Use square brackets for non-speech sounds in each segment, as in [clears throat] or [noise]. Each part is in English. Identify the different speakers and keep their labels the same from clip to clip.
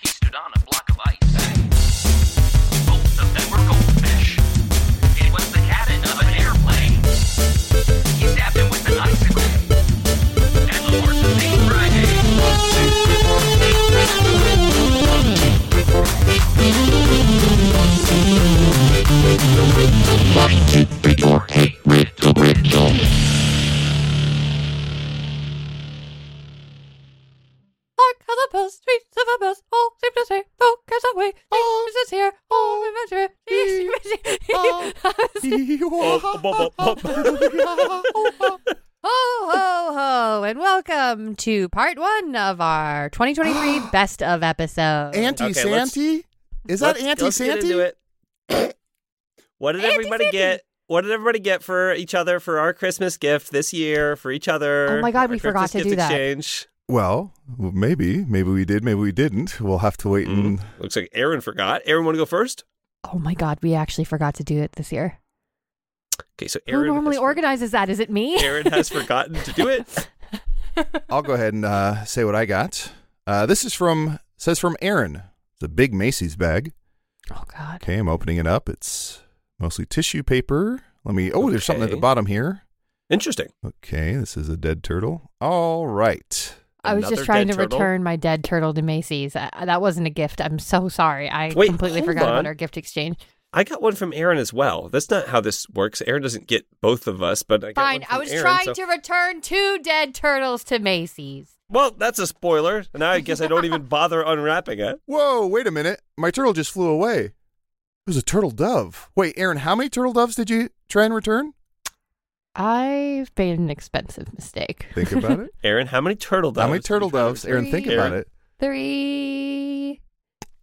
Speaker 1: He stood on a block of ice. Both of them were goldfish. It was the cabin of an airplane. He stabbed him with an icicle. And the horse was named Friday.
Speaker 2: Hark how the bells, streets of a bells, all seem to say, folk cares that way.
Speaker 3: Oh.
Speaker 2: Jesus is here, all adventure,
Speaker 3: [laughs]
Speaker 2: [laughs] oh,
Speaker 3: Oh,
Speaker 2: [laughs] ho, ho, oh, and welcome to part one of our
Speaker 3: [gasps]
Speaker 2: 2023 best of episode.
Speaker 4: Anti
Speaker 3: Okay, let's-
Speaker 4: Santy? Is that
Speaker 3: Let's-
Speaker 4: anti
Speaker 3: let's get
Speaker 4: Santy?
Speaker 3: into it. [coughs] what did everybody
Speaker 2: Anti-Santy.
Speaker 3: get? What did everybody get for each other for our Christmas gift this year? For each other?
Speaker 2: Oh my God,
Speaker 3: our
Speaker 2: we forgot
Speaker 3: Christmas
Speaker 2: to
Speaker 3: gift
Speaker 2: do that.
Speaker 3: Exchange.
Speaker 4: Well, maybe. Maybe we did. Maybe we didn't. We'll have to wait and.
Speaker 3: Mm, Looks like Aaron forgot. Aaron, want to go first?
Speaker 2: Oh my God, we actually forgot to do it this year.
Speaker 3: Okay, so Aaron
Speaker 2: Who normally
Speaker 3: has-
Speaker 2: organizes that? Is it me?
Speaker 3: Aaron has
Speaker 2: [laughs]
Speaker 3: forgotten to do it.
Speaker 4: [laughs] I'll go ahead and uh, say what I got. Uh, this is from says from Aaron. It's a big Macy's bag.
Speaker 2: Oh God.
Speaker 4: Okay, I'm opening it up. It's mostly tissue paper. Let me. Oh, there's something at the
Speaker 3: Okay.
Speaker 4: bottom here.
Speaker 3: Interesting.
Speaker 4: Okay, this is a dead turtle. All right.
Speaker 2: I was just
Speaker 3: Another
Speaker 2: trying to
Speaker 3: dead turtle?
Speaker 2: return my dead turtle to Macy's. Uh, that wasn't a gift. I'm so sorry. I
Speaker 3: Wait,
Speaker 2: completely
Speaker 3: hold
Speaker 2: forgot about
Speaker 3: on.
Speaker 2: our gift exchange.
Speaker 3: I got one from Aaron as well. That's not how this works. Aaron doesn't get both of us, but I got
Speaker 2: Fine.
Speaker 3: one from
Speaker 2: I was
Speaker 3: Aaron,
Speaker 2: trying
Speaker 3: so-
Speaker 2: to return two dead turtles to Macy's.
Speaker 3: Well, that's a spoiler. Now I guess I
Speaker 2: [laughs]
Speaker 3: don't even bother unwrapping it.
Speaker 4: Whoa! Wait a minute. My turtle just flew away. It was a turtle dove. Wait, Aaron, how many turtle doves did you try and return?
Speaker 2: I've made an expensive mistake.
Speaker 4: [laughs] Think about it.
Speaker 3: Aaron, how many turtle doves?
Speaker 4: How many
Speaker 3: did you
Speaker 4: turtle
Speaker 3: try to
Speaker 4: doves? Aaron, think
Speaker 2: Three.
Speaker 4: about
Speaker 3: Aaron.
Speaker 4: it.
Speaker 2: [laughs] Three.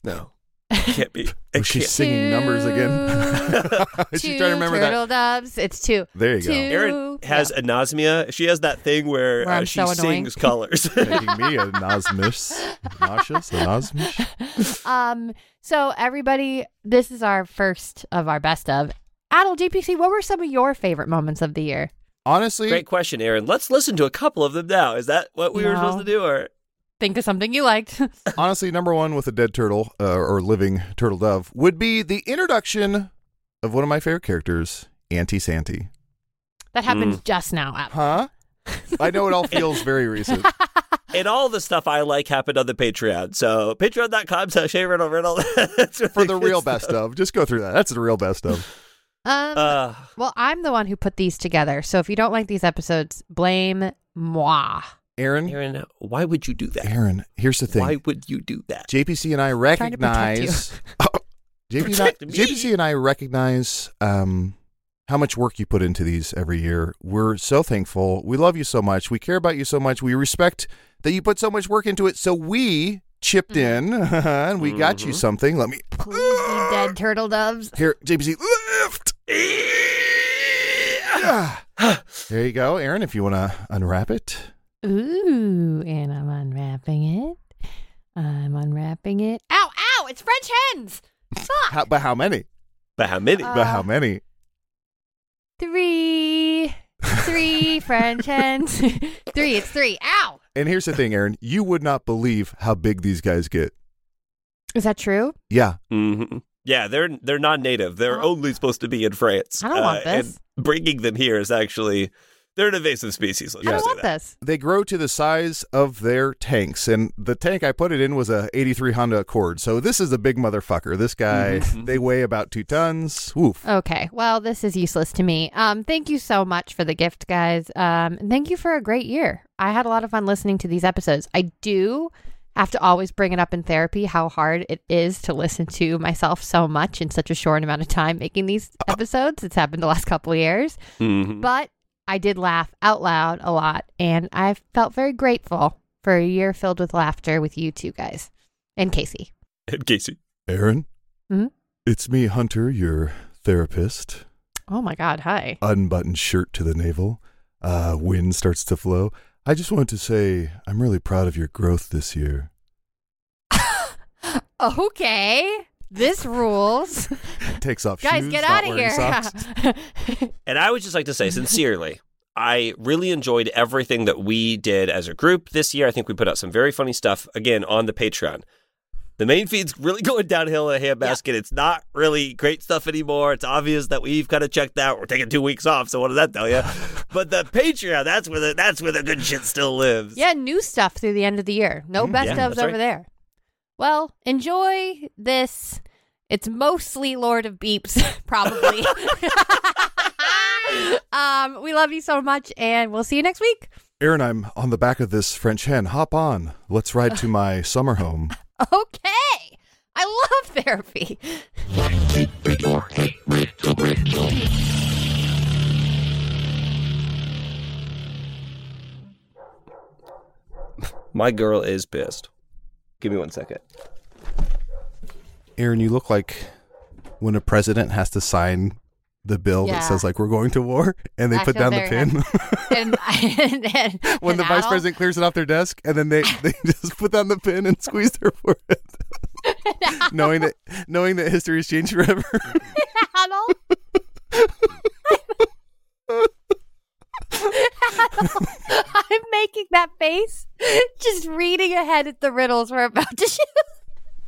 Speaker 3: No, it can't be.
Speaker 4: [laughs] Oh,
Speaker 3: It
Speaker 4: she's
Speaker 3: can't.
Speaker 4: singing numbers again. [laughs] she's
Speaker 2: two
Speaker 4: trying to remember that.
Speaker 2: turtle doves. It's two.
Speaker 4: There you go.
Speaker 2: Two.
Speaker 3: Erin has
Speaker 2: Yeah.
Speaker 3: anosmia. She has that thing where,
Speaker 2: Where I'm
Speaker 3: uh, she
Speaker 2: so annoying. [laughs]
Speaker 3: sings colors.
Speaker 4: Making me a nauseous, nauseous, a nauseous.
Speaker 2: um. So everybody, this is our first of our best of. Adult GPC. What were some of your favorite moments of the year?
Speaker 4: Honestly,
Speaker 3: Great question, Aaron. Let's listen to a couple of them now. Is that what we were
Speaker 2: No.
Speaker 3: supposed to do? Or
Speaker 2: Think of something you liked. [laughs]
Speaker 4: honestly, number one with a dead turtle uh, or living turtle dove would be the introduction of one of my favorite characters, Auntie Santy.
Speaker 2: that happened just now. Adam.
Speaker 4: Hmm. Huh? I know it all
Speaker 2: [laughs]
Speaker 4: feels very recent.
Speaker 3: and all the stuff I like happened on the Patreon. So patreon.com slash Hey Riddle Riddle. [laughs] That's where
Speaker 4: For
Speaker 3: they
Speaker 4: the
Speaker 3: get
Speaker 4: [laughs] real
Speaker 3: stuff.
Speaker 4: best of, just go through that. That's the real best of.
Speaker 2: Um.
Speaker 3: Uh,
Speaker 2: well, I'm the one who put these together. So if you don't like these episodes, blame moi.
Speaker 4: Aaron,
Speaker 3: Aaron, why would you do that?
Speaker 4: Aaron, here's the thing.
Speaker 3: Why would you do that?
Speaker 4: JPC and I
Speaker 2: trying to protect you.
Speaker 4: recognize.
Speaker 2: [laughs]
Speaker 4: JPC, and I,
Speaker 3: Protect me.
Speaker 4: JPC and I recognize um, how much work you put into these every year. We're so thankful. We love you so much. We care about you so much. We respect that you put so much work into it. So we chipped in [laughs] and we got you something. Let me.
Speaker 2: Mm-hmm. Please be dead turtle doves.
Speaker 4: [laughs] Here, JPC, lift. Yeah. there you go, Aaron. If you want to unwrap it,
Speaker 2: Ooh, and I'm unwrapping it. I'm unwrapping it. Ow, ow, it's French hens. Fuck.
Speaker 4: how, but how many?
Speaker 3: But how many?
Speaker 2: Uh,
Speaker 4: but how many?
Speaker 2: Three.
Speaker 4: [laughs]
Speaker 2: Three French hens. [laughs] three, it's three. Ow.
Speaker 4: And here's the thing, Aaron. You would not believe how big these guys get.
Speaker 2: Is that true?
Speaker 4: Yeah.
Speaker 3: Mhm. Yeah, they're they're non-native. They're
Speaker 2: Oh. I don't-
Speaker 3: only supposed to be in France. Uh,
Speaker 2: I don't want this.
Speaker 3: And bringing them here is actually They're an invasive species. Let's
Speaker 4: Yeah. Yes.
Speaker 3: just
Speaker 2: I
Speaker 3: say
Speaker 2: want
Speaker 3: that.
Speaker 2: this.
Speaker 4: They grow to the size of their tanks, and the tank I put it in was a '83 Honda Accord. So this is a big motherfucker. This guy, they weigh about two tons. Woof.
Speaker 2: Okay. Well, this is useless to me. Um, thank you so much for the gift, guys. Um, and thank you for a great year. I had a lot of fun listening to these episodes. I do have to always bring it up in therapy how hard it is to listen to myself so much in such a short amount of time making these episodes. It's happened the last couple of years,
Speaker 3: Mm. Mm-hmm.
Speaker 2: but I did laugh out loud a lot, and I felt very grateful for a year filled with laughter with you two guys and Casey.
Speaker 3: And Casey.
Speaker 4: Aaron,
Speaker 2: Mhm.
Speaker 4: it's me, Hunter, your therapist.
Speaker 2: Oh my God! Hi.
Speaker 4: unbuttoned shirt to the navel. Uh, wind starts to flow. I just wanted to say I'm really proud of your growth this year.
Speaker 2: Okay. This rules.
Speaker 4: Takes off
Speaker 2: Guys,
Speaker 4: shoes,
Speaker 2: get
Speaker 4: not
Speaker 2: out of
Speaker 4: wearing
Speaker 2: here. [laughs]
Speaker 4: socks.
Speaker 3: And I would just like to say sincerely, I really enjoyed everything that we did as a group this year. I think we put out some very funny stuff again on the Patreon. The main feed's really [laughs] going downhill in a handbasket. It's not really great stuff anymore. It's obvious that we've kind of checked out. We're taking two weeks off, so what does that
Speaker 2: [laughs]
Speaker 3: tell you? but the Patreon, that's where the that's where the good shit still lives.
Speaker 2: yeah, new stuff through the end of the year. No
Speaker 4: Mm,
Speaker 2: best
Speaker 3: yeah,
Speaker 2: ofs
Speaker 3: that's
Speaker 2: over
Speaker 3: right.
Speaker 2: there. Well, enjoy this. It's mostly Lord of Beeps, [laughs] probably. um, we love you so much, and we'll see you next week.
Speaker 4: Aaron, I'm on the back of this French hen. Hop on. Let's
Speaker 2: [laughs]
Speaker 4: ride to my summer home.
Speaker 2: Okay. I love therapy. [laughs]
Speaker 3: My girl is pissed. Give me one second.
Speaker 4: Aaron, you look like when a president has to sign the bill that
Speaker 2: Yeah.
Speaker 4: says like we're going to war, and they
Speaker 2: I
Speaker 4: put
Speaker 2: feel
Speaker 4: down the
Speaker 2: very
Speaker 4: pin
Speaker 2: And, [laughs] and, and
Speaker 4: [laughs] when
Speaker 2: and
Speaker 4: the vice
Speaker 2: I'll-
Speaker 4: president clears it off their desk, and
Speaker 2: [laughs]
Speaker 4: then they they just put down the pin and squeeze their forehead, [laughs] knowing that knowing that history has changed forever. [laughs]
Speaker 2: [laughs] Adol. Adol. [laughs] I'm making that face, just reading ahead at the riddles we're about to shoot. [laughs]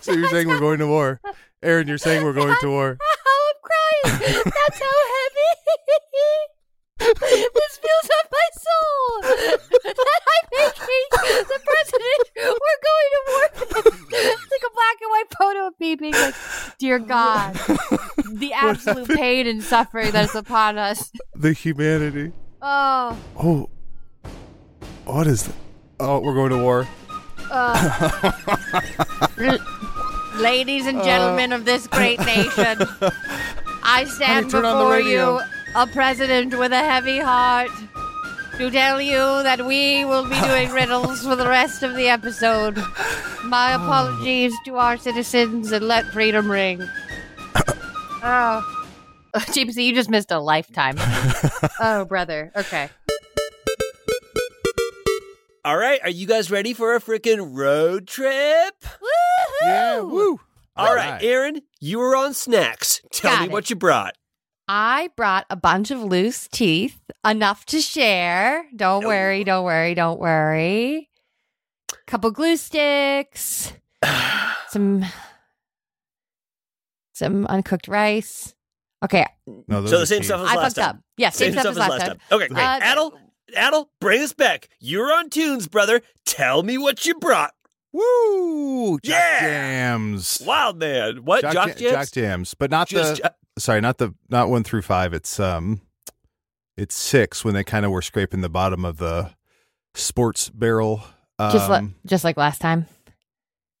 Speaker 4: So you're saying we're going to war. Aaron, you're saying we're going
Speaker 2: [laughs]
Speaker 4: to war.
Speaker 2: Oh, I'm crying. That's how heavy [laughs] this feels on my soul. That I'm making the president. We're going to war. [laughs] with. It's like a black and white photo of me being like, "Dear God, the absolute pain and suffering that is upon us."
Speaker 4: The humanity.
Speaker 2: Oh,
Speaker 4: Oh, what is that? Oh, we're going to war.
Speaker 2: ladies and gentlemen of this great
Speaker 4: [laughs]
Speaker 2: nation, I stand
Speaker 4: Uh, turn on the
Speaker 2: before
Speaker 4: radio.
Speaker 2: you, a president with a heavy heart, to tell you that we will be
Speaker 4: [laughs]
Speaker 2: doing riddles for the rest of the episode. My
Speaker 4: Oh.
Speaker 2: apologies to our citizens and let freedom
Speaker 4: [coughs]
Speaker 2: ring. oh. [laughs] Gypsy, you just missed a
Speaker 4: [laughs]
Speaker 2: lifetime. oh, brother. Okay.
Speaker 3: All right, are you guys ready for a freaking road trip?
Speaker 4: Yeah, woo.
Speaker 3: All right, Aaron, you were on snacks. Tell
Speaker 2: Got
Speaker 3: me
Speaker 2: it.
Speaker 3: what you brought.
Speaker 2: I brought a bunch of loose teeth, enough to share. Don't
Speaker 3: No.
Speaker 2: worry, don't worry, don't worry. Couple glue [sighs] sticks, some some uncooked rice. Okay,
Speaker 4: No, those
Speaker 3: so
Speaker 4: are
Speaker 3: the same
Speaker 4: cheap.
Speaker 3: stuff as
Speaker 2: I
Speaker 3: last
Speaker 2: fucked
Speaker 3: time.
Speaker 2: up. Yeah, same, stuff, as last, time.
Speaker 3: Okay, great.
Speaker 2: Uh,
Speaker 3: Adel, Adel, bring us back. You're on tunes, brother. Tell me what you brought.
Speaker 4: Woo! Jock
Speaker 3: Yeah.
Speaker 4: jams.
Speaker 3: Wild man. What? Jock,
Speaker 4: Jock, ja-
Speaker 3: Uh, jams?
Speaker 4: Jock jams, but not the.
Speaker 3: Just jo-
Speaker 4: sorry, not the not one through five. It's um, it's six when they kind of were scraping the bottom of the sports barrel. Um,
Speaker 2: Just like just like last time.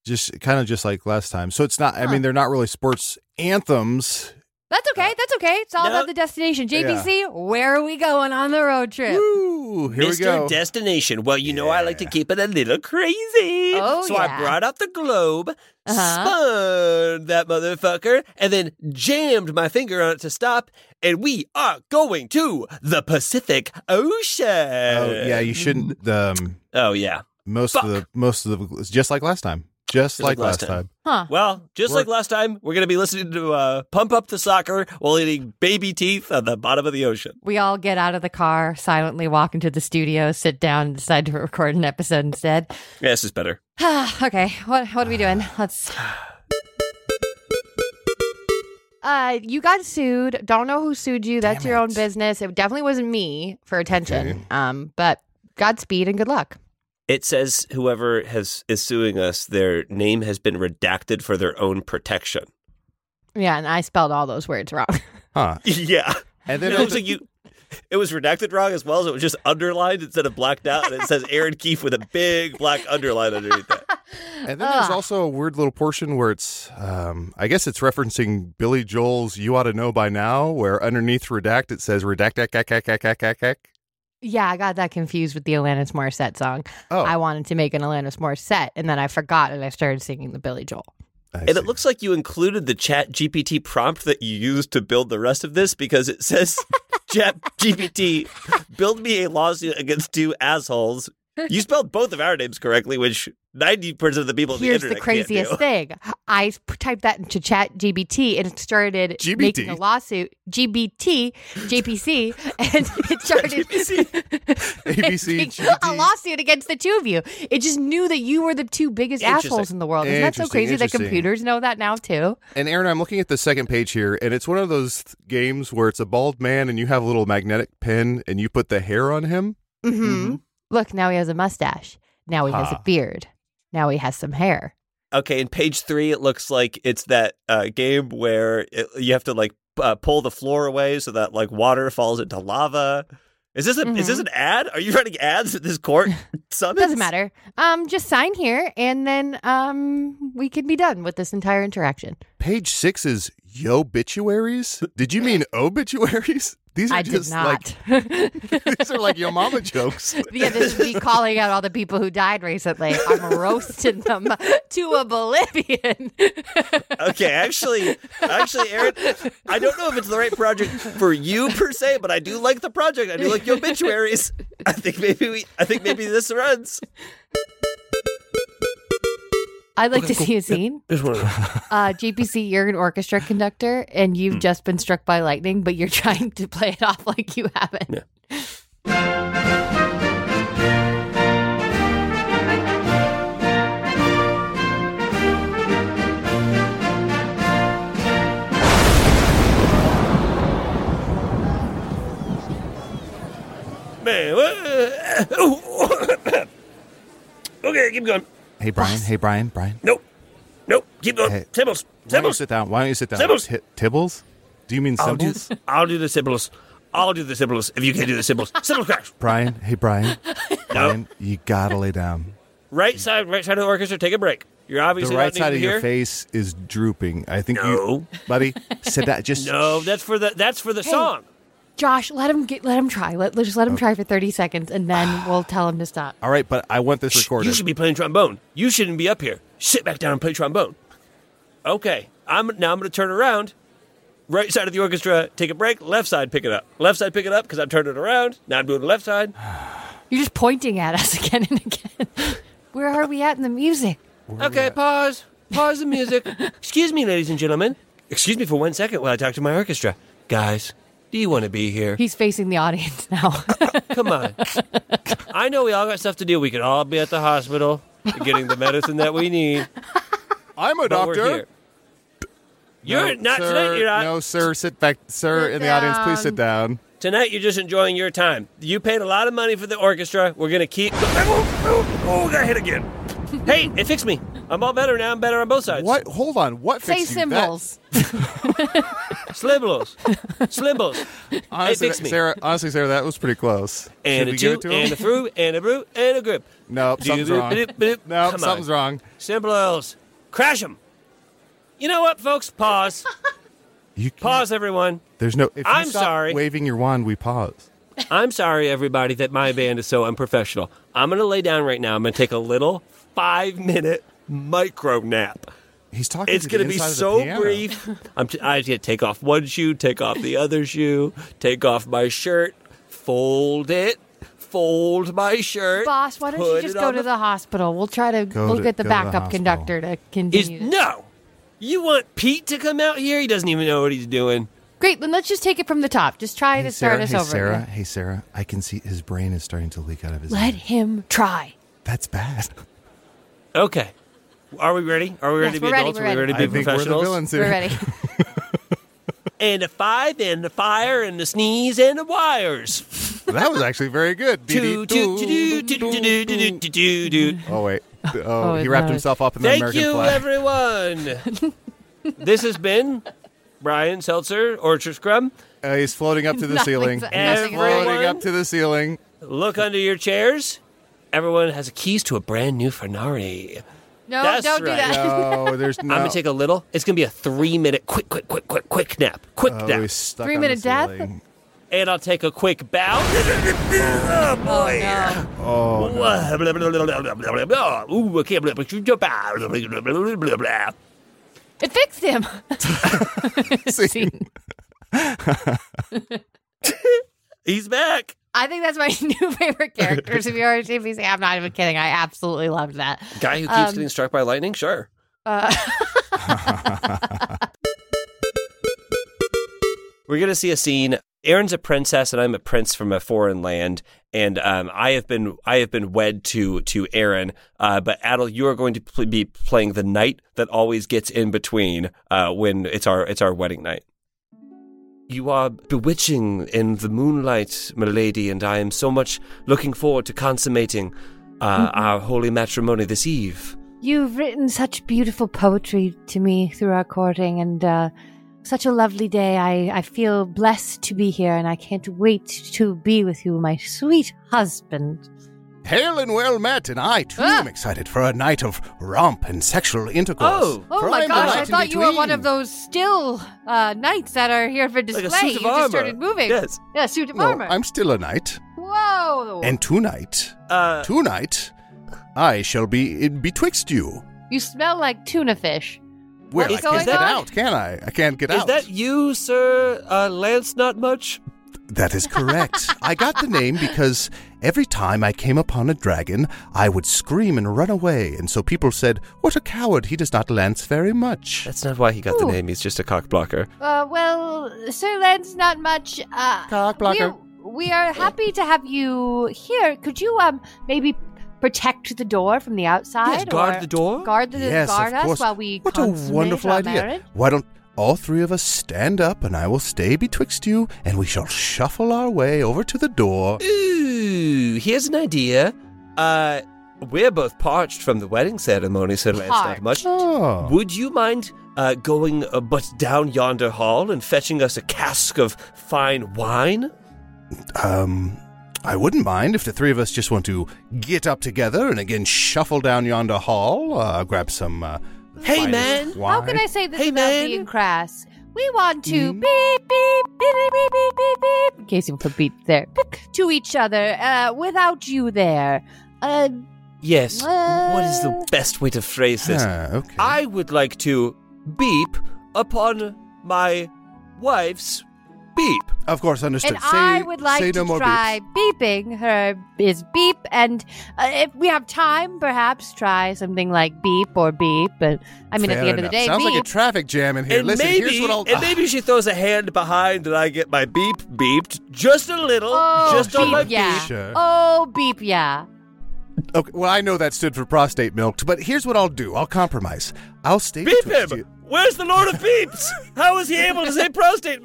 Speaker 4: just kind of just like last time. So it's not. I
Speaker 2: Huh.
Speaker 4: mean, they're not really sports anthems.
Speaker 2: That's okay. That's okay. It's all
Speaker 3: No.
Speaker 2: about the destination. JPC, where are we going on the road trip?
Speaker 4: Woo! Here
Speaker 3: Mr.
Speaker 4: we go.
Speaker 3: Destination. Well, you know I like to
Speaker 4: Yeah.
Speaker 3: keep it a little crazy.
Speaker 2: Oh,
Speaker 3: so
Speaker 2: yeah.
Speaker 3: I brought out the globe,
Speaker 2: Uh-huh.
Speaker 3: spun that motherfucker, and then jammed my finger on it to stop. And we are going to the Pacific Ocean.
Speaker 4: oh, yeah, you shouldn't. Um,
Speaker 3: Oh, yeah.
Speaker 4: most of the most of the just like last time, just, like, last time.
Speaker 2: Huh.
Speaker 3: Well, just
Speaker 4: We're-
Speaker 3: like last time, we're going to be listening to uh, Pump Up the Soccer while eating baby teeth on the bottom of the ocean.
Speaker 2: We all get out of the car, silently walk into the studio, sit down, and decide to record an episode instead.
Speaker 3: Yeah, this is better.
Speaker 2: [sighs] okay, what what are we doing? Let's [sighs] Uh, you got sued. Don't know who sued you. That's
Speaker 4: Damn
Speaker 2: your own
Speaker 4: it.
Speaker 2: business. It definitely wasn't me for attention.
Speaker 4: Okay.
Speaker 2: Um, but Godspeed and good luck.
Speaker 3: It says whoever has is suing us, their name has been redacted for their own protection.
Speaker 2: Yeah, and I spelled all those words wrong. [laughs]
Speaker 4: Huh.
Speaker 3: [laughs] Yeah.
Speaker 4: And
Speaker 3: It
Speaker 4: then
Speaker 3: looks like you. It was redacted wrong as well, so it was just underlined instead of blacked out, and it says Aaron Keefe with a big black underline underneath that.
Speaker 4: And then there's
Speaker 2: Ugh.
Speaker 4: also a weird little portion where it's, um, I guess it's referencing Billy Joel's "You Ought to Know by Now," where underneath redact it says redact ack, ack, ack, ack, ack, ack, ack.
Speaker 2: yeah, I got that confused with the Alanis Morissette song.
Speaker 4: Oh,
Speaker 2: I wanted to make an Alanis Morissette, and then I forgot, and I started singing the Billy Joel.
Speaker 4: I
Speaker 3: And
Speaker 4: see.
Speaker 3: it looks like you included the Chat GPT prompt that you used to build the rest of this because
Speaker 2: [laughs]
Speaker 3: it says Chat GPT, build me a lawsuit against two assholes. You spelled both of our names correctly, which ninety percent of the people on
Speaker 2: Here's
Speaker 3: the
Speaker 2: the
Speaker 3: internet
Speaker 2: craziest
Speaker 3: can't do.
Speaker 2: thing. I s- typed that into chat GBT and it started
Speaker 4: GBT?
Speaker 2: making a lawsuit. GBT, JPC, [laughs] and it started [laughs]
Speaker 4: [laughs] ABC,
Speaker 2: making a
Speaker 4: GBT.
Speaker 2: lawsuit against the two of you. It just knew that you were the two biggest
Speaker 3: Interesting.
Speaker 2: assholes in the world. Isn't that so
Speaker 4: Interesting,
Speaker 2: crazy that
Speaker 4: interesting.
Speaker 2: computers know that now too?
Speaker 4: And Aaron, I'm looking at the second page here, and it's one of those th- games where it's a bald man, and you have a little magnetic pen, and you put the hair on him.
Speaker 2: Mm-hmm. Look, now he has a mustache. Now he has a
Speaker 4: Ha.
Speaker 2: beard. Now he has some hair.
Speaker 3: Okay, in page three, it looks like it's that uh, game where it, you have to like p- uh, pull the floor away so that like water falls into lava. Is this a, is this
Speaker 2: Mhm.
Speaker 3: an ad? Are you running ads at
Speaker 2: [laughs]
Speaker 3: this court summons?
Speaker 2: Doesn't matter. Um, just sign here, and then um, we can be done with this entire interaction.
Speaker 4: Page six is obituaries. Did
Speaker 2: [laughs]
Speaker 4: you mean obituaries? These are [laughs]
Speaker 2: I did
Speaker 4: just
Speaker 2: not. [laughs]
Speaker 4: like these are like your mama jokes.
Speaker 2: yeah, this is me calling out all the people who died recently. I'm roasting them [laughs] to oblivion. [laughs]
Speaker 3: Okay, actually, actually, Aaron, I don't know if it's the right project for you per se, but I do like the project. I do like the obituaries. I think maybe we, I think maybe this runs.
Speaker 2: I'd like to see a scene. Uh, GPC, you're an orchestra conductor, and you've
Speaker 4: Hmm.
Speaker 2: just been struck by lightning, but you're [laughs] trying to play it off like you haven't.
Speaker 3: Man, what- okay, keep going.
Speaker 4: Hey Brian. Hey Brian. Brian.
Speaker 3: Nope, nope, keep going.
Speaker 4: Hey.
Speaker 3: Tibbles,
Speaker 4: Why don't you
Speaker 3: Tibbles.
Speaker 4: sit down? Why don't you sit down?
Speaker 3: Symbols.
Speaker 4: Ti- Tibbles? Do you mean
Speaker 3: I'll do,
Speaker 4: [laughs] symbols?
Speaker 3: I'll do the symbols. I'll do the symbols if you can't do the symbols. Symbols crash.
Speaker 4: Brian, hey
Speaker 3: [laughs]
Speaker 4: Brian, Brian, you gotta lay down.
Speaker 3: Right side, right side of the orchestra. Take a break. You're
Speaker 4: The
Speaker 3: obviously
Speaker 4: right
Speaker 3: not
Speaker 4: side
Speaker 3: needed
Speaker 4: of
Speaker 3: here.
Speaker 4: your face is drooping. I think
Speaker 3: No.
Speaker 4: you, buddy, sit down. Just
Speaker 3: [laughs] No, that's for the that's for the song.
Speaker 2: Josh, let him get, let him try. Let just let him try for thirty seconds, and
Speaker 4: [sighs]
Speaker 2: then we'll tell him to stop.
Speaker 4: All right, but I want this
Speaker 3: Shh, You
Speaker 4: recorded.
Speaker 3: should be playing trombone. You shouldn't be up here. Sit back down and play trombone. Okay. I'm now I'm going to turn around. Right side of the orchestra, take a break. Left side, pick it up. Left side, pick it up because I've turned it around. Now I'm doing the left side.
Speaker 2: You're just pointing at us [laughs] again and again. Where are we at in the music?
Speaker 3: Okay, pause. Pause
Speaker 4: [laughs]
Speaker 3: the music. Excuse me, ladies and gentlemen. Excuse me for one second while I talk to my orchestra. Guys, do you want to be here?
Speaker 2: He's facing the audience now. [laughs]
Speaker 3: Come on. I know we all got stuff to do. We could all be at the hospital getting the medicine that we
Speaker 4: [laughs]
Speaker 3: need.
Speaker 4: I'm a
Speaker 3: But we're
Speaker 4: doctor.
Speaker 3: here. You're
Speaker 4: No,
Speaker 3: not
Speaker 4: sir,
Speaker 3: tonight. You're not.
Speaker 4: No, sir, sit back, sir,
Speaker 2: Sit
Speaker 4: in the audience. Please
Speaker 2: down.
Speaker 4: sit down.
Speaker 3: Tonight you're just enjoying your time. You paid a lot of money for the orchestra. We're gonna keep. Oh, oh, oh, got hit again. [laughs] hey, it fixed me. I'm all better now. I'm better on both sides.
Speaker 4: What? Hold on. What?
Speaker 2: Say
Speaker 4: fixed you? That-
Speaker 2: symbols.
Speaker 3: Slimbles, slimbles,
Speaker 4: honestly,
Speaker 3: fixed me.
Speaker 4: Sarah. Honestly, Sarah, that was pretty close. Should
Speaker 3: and a
Speaker 4: we give
Speaker 3: two,
Speaker 4: it to him?
Speaker 3: and a through, and a brew, and a grip.
Speaker 4: no, something's wrong.
Speaker 3: Doop, doop, doop.
Speaker 4: No,
Speaker 3: Come
Speaker 4: something's
Speaker 3: on.
Speaker 4: wrong.
Speaker 3: Slimbles, crash them. You know what, folks? Pause.
Speaker 4: You can't-
Speaker 3: Pause, everyone.
Speaker 4: There's no. If
Speaker 3: I'm
Speaker 4: you stop
Speaker 3: sorry.
Speaker 4: Waving your wand, we pause.
Speaker 3: I'm sorry, everybody, that my band is so unprofessional. I'm going to lay down right now. I'm going to take a little five minute micro nap.
Speaker 4: He's talking.
Speaker 3: It's
Speaker 4: to
Speaker 3: going
Speaker 4: the
Speaker 3: to be
Speaker 4: inside of the
Speaker 3: so
Speaker 4: piano.
Speaker 3: brief. I'm t- I get to take off one shoe, take off the other shoe, take off my shirt, fold it, fold my shirt.
Speaker 2: Boss, why don't you
Speaker 3: put
Speaker 2: just
Speaker 3: it
Speaker 2: go
Speaker 3: on
Speaker 2: to the, hospital? We'll try to
Speaker 4: Go
Speaker 2: we'll
Speaker 4: to-
Speaker 2: get the
Speaker 4: go to the
Speaker 2: backup
Speaker 4: hospital.
Speaker 2: conductor to
Speaker 3: Is
Speaker 2: continue. this.
Speaker 3: no. You want Pete to come out here? He doesn't even know what he's doing.
Speaker 2: Great, then let's just take it from the top. Just try
Speaker 4: Hey
Speaker 2: to
Speaker 4: Sarah,
Speaker 2: start us
Speaker 4: hey
Speaker 2: over.
Speaker 4: Sarah,
Speaker 2: again.
Speaker 4: hey Sarah, I can see his brain is starting to leak out of his.
Speaker 2: Let
Speaker 4: head.
Speaker 2: him try.
Speaker 4: That's bad.
Speaker 3: Okay. Are we ready? Are we ready
Speaker 2: Yes,
Speaker 3: to be
Speaker 2: we're ready,
Speaker 3: adults?
Speaker 2: we're
Speaker 3: Are we
Speaker 2: ready.
Speaker 3: ready to be
Speaker 4: I think we're the
Speaker 3: professionals?
Speaker 4: villains here.
Speaker 2: We're ready.
Speaker 3: and a five and a fire and a sneeze and the wires.
Speaker 4: [laughs] That was actually very
Speaker 3: [laughs]
Speaker 4: good.
Speaker 3: Doo, doo, doo, doo, doo, doo, doo, doo, doo, doo, doo.
Speaker 4: Oh wait. Oh,
Speaker 2: [laughs] Oh,
Speaker 4: he
Speaker 2: it's
Speaker 4: wrapped
Speaker 2: not.
Speaker 4: himself up in the
Speaker 3: Thank
Speaker 4: American
Speaker 3: you,
Speaker 4: flag.
Speaker 3: everyone.
Speaker 4: [laughs]
Speaker 3: this has been Brian Seltzer, Orchard Scrum.
Speaker 4: Uh, he's
Speaker 2: [laughs]
Speaker 4: floating up to the
Speaker 2: Nothing's-
Speaker 4: ceiling.
Speaker 2: nothing's
Speaker 4: He's floating
Speaker 3: wrong.
Speaker 4: up to
Speaker 2: [laughs]
Speaker 4: the ceiling.
Speaker 3: Look under your chairs. Everyone has keys to a brand new Ferrari.
Speaker 2: No,
Speaker 3: That's
Speaker 2: don't do
Speaker 3: right.
Speaker 2: that.
Speaker 4: No, Oh, there's no.
Speaker 3: I'm gonna take a little. It's gonna be a three minute quick, quick, quick, quick, quick nap, quick
Speaker 4: Oh,
Speaker 3: nap,
Speaker 4: he's stuck
Speaker 2: Three
Speaker 4: on
Speaker 2: minute
Speaker 4: the
Speaker 2: death?
Speaker 4: ceiling.
Speaker 3: and I'll take a quick bow. oh boy.
Speaker 4: Oh,
Speaker 3: Ooh, okay, blah, blah, blah, blah, blah, blah, blah, blah.
Speaker 2: [laughs] It fixed
Speaker 4: [laughs]
Speaker 2: him.
Speaker 4: see,
Speaker 3: He's back.
Speaker 2: I think that's my [laughs] new favorite character to be on TVC. I'm not even kidding. I absolutely loved that.
Speaker 3: Guy who keeps
Speaker 2: Um,
Speaker 3: getting struck by lightning? Sure.
Speaker 2: Uh,
Speaker 3: We're going to see a scene. Aaron's a princess, and I'm a prince from a foreign land. And um, I have been I have been wed to to Aaron. Uh, but Adel, you are going to pl- be playing the knight that always gets in between uh, when it's our it's our wedding night. You are bewitching in the moonlight, milady, and I am so much looking forward to consummating uh,
Speaker 2: Mm-hmm.
Speaker 3: our holy matrimony this eve.
Speaker 2: You've written such beautiful poetry to me through our courting, and uh, such a lovely day. I, I feel blessed to be here, and I can't wait to be with you, my sweet husband.
Speaker 4: hail and well met, and I too
Speaker 2: Ah.
Speaker 4: am excited for a night of romp and sexual intercourse.
Speaker 3: Oh.
Speaker 2: Oh
Speaker 4: Prime
Speaker 2: my
Speaker 4: the
Speaker 2: gosh,
Speaker 4: night
Speaker 2: I
Speaker 4: in
Speaker 2: thought you were one
Speaker 4: between.
Speaker 2: of those still uh, knights that are here for display.
Speaker 3: a suit
Speaker 2: you
Speaker 3: of
Speaker 2: just
Speaker 3: armor.
Speaker 2: started moving.
Speaker 3: Yes.
Speaker 2: Yeah, suit of
Speaker 4: No,
Speaker 2: armor.
Speaker 4: I'm still a knight,
Speaker 2: Whoa.
Speaker 4: and tonight,
Speaker 3: Uh,
Speaker 4: tonight, I shall be in betwixt you.
Speaker 2: you smell like tuna fish.
Speaker 4: Where I
Speaker 3: What's
Speaker 4: can't
Speaker 3: going
Speaker 4: get
Speaker 3: on?
Speaker 4: out, can I? I can't get
Speaker 3: is
Speaker 4: out.
Speaker 3: that you, sir, uh, Lance? Not much.
Speaker 4: That
Speaker 2: [laughs]
Speaker 4: is correct. I got the name because every time I came upon a dragon, I would scream and run away, and so people said, What a coward, he does not lance very much.
Speaker 3: That's not why he got
Speaker 2: Ooh.
Speaker 3: the name. He's just a cock blocker.
Speaker 2: Uh, well, Sir Lance, not much. Uh,
Speaker 4: Cock blocker.
Speaker 2: we're- We are happy to have you here. Could you um maybe protect the door from the outside?
Speaker 3: Yes, guard
Speaker 2: or
Speaker 3: the door?
Speaker 2: Guard the
Speaker 4: yes,
Speaker 2: guard
Speaker 4: of
Speaker 2: us
Speaker 4: course.
Speaker 2: while we
Speaker 4: what a
Speaker 2: consummate
Speaker 4: wonderful
Speaker 2: our
Speaker 4: idea.
Speaker 2: marriage?
Speaker 4: Why don't all three of us stand up, and I will stay betwixt you, and we shall shuffle our way over to the door.
Speaker 3: Ooh, here's an idea. Uh, we're both parched from the wedding ceremony, so Lance, not
Speaker 2: Parched.
Speaker 3: much.
Speaker 4: Oh.
Speaker 3: Would you mind uh, going uh, but down yonder hall and fetching us a cask of fine wine?
Speaker 4: Um, I wouldn't mind if the three of us just want to get up together and again shuffle down yonder hall, uh, grab some. Uh,
Speaker 3: Hey,
Speaker 4: finest
Speaker 3: man.
Speaker 2: How
Speaker 4: wine.
Speaker 2: can I say this
Speaker 3: Hey,
Speaker 2: without
Speaker 3: man.
Speaker 2: being crass? We want to
Speaker 4: Mm.
Speaker 2: beep, beep, beep, beep, beep, beep, beep, beep, in case you put beep there, Pick to each other uh, without you there. Uh,
Speaker 3: Yes. what is
Speaker 2: Uh,
Speaker 3: the best way to phrase this?
Speaker 4: Ah, okay.
Speaker 3: I would like to beep upon my wife's beep.
Speaker 4: of course, understood.
Speaker 2: and
Speaker 4: say,
Speaker 2: I would like
Speaker 4: say
Speaker 2: to
Speaker 4: no more
Speaker 2: try
Speaker 4: beeps.
Speaker 2: beeping her is beep, and uh, if we have time, perhaps try something like beep or beep. But I mean, at
Speaker 4: Fair
Speaker 2: the end of the
Speaker 4: enough.
Speaker 2: day,
Speaker 4: sounds
Speaker 2: beep.
Speaker 4: like a traffic jam in here.
Speaker 3: and
Speaker 4: Listen,
Speaker 3: maybe,
Speaker 4: here's what I'll.
Speaker 3: and maybe she throws a hand behind and I get my beep beeped just a little,
Speaker 2: Oh,
Speaker 3: just on
Speaker 2: beep,
Speaker 3: my
Speaker 2: yeah.
Speaker 3: beep.
Speaker 4: Sure.
Speaker 2: Oh, beep, yeah.
Speaker 4: okay, well, I know that stood for prostate milk, but here's what I'll do. I'll compromise. I'll stay
Speaker 3: Beep
Speaker 4: betwixt
Speaker 3: him!
Speaker 4: you.
Speaker 3: Where's the Lord of Beeps? How is he able to say prostate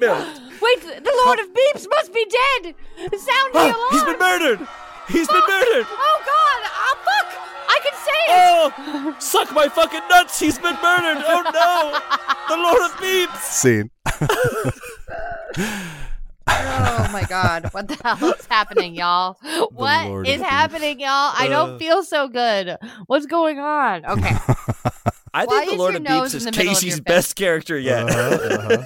Speaker 2: [laughs]
Speaker 3: milk?
Speaker 2: Wait, the Lord of Beeps must be dead. Sound the alarm.
Speaker 3: Oh, he's been murdered! He's been
Speaker 2: Fuck.
Speaker 3: murdered!
Speaker 2: Oh God! Oh fuck! I can say it.
Speaker 3: Oh, suck my fucking nuts! He's been murdered! Oh no! The Lord of Beeps!
Speaker 4: Scene.
Speaker 2: Oh my God! What the hell is happening, y'all? What
Speaker 4: Lord
Speaker 2: is
Speaker 4: of Beeps.
Speaker 2: happening, y'all? I
Speaker 3: Uh.
Speaker 2: don't feel so good. What's going on? Okay.
Speaker 3: I
Speaker 2: Why
Speaker 3: think
Speaker 2: is
Speaker 3: the Lord
Speaker 2: your
Speaker 3: of
Speaker 2: nose
Speaker 3: Beeps
Speaker 2: in
Speaker 3: is
Speaker 2: the middle of
Speaker 3: Casey's
Speaker 2: your face?
Speaker 3: best character yet.
Speaker 4: Uh-huh,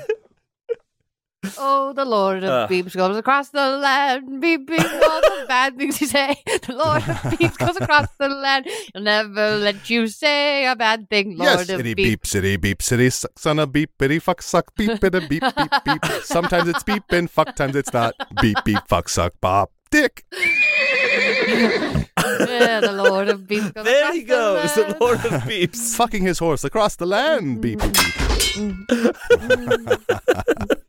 Speaker 2: Oh, the Lord of
Speaker 3: Ugh.
Speaker 2: Beeps goes across the land, beeping all
Speaker 3: [laughs]
Speaker 2: the bad things you say. The Lord of Beeps goes across the land. He'll never let you say a bad thing, Lord
Speaker 4: yes,
Speaker 2: of
Speaker 4: itty
Speaker 2: Beeps.
Speaker 4: beep, city beep, city suck, son of beep, itty fuck, suck,
Speaker 2: [laughs]
Speaker 4: beep, itty beep, beep, beep. Sometimes it's beep and fuck, times it's not. Beep, beep, fuck, suck, bop, dick.
Speaker 2: Yeah, the Lord of Beeps goes
Speaker 3: [laughs] There
Speaker 2: across
Speaker 3: he goes,
Speaker 2: the
Speaker 3: the
Speaker 2: land.
Speaker 3: Lord of Beeps.
Speaker 4: Fucking his horse across the land. Beep, beep, beep.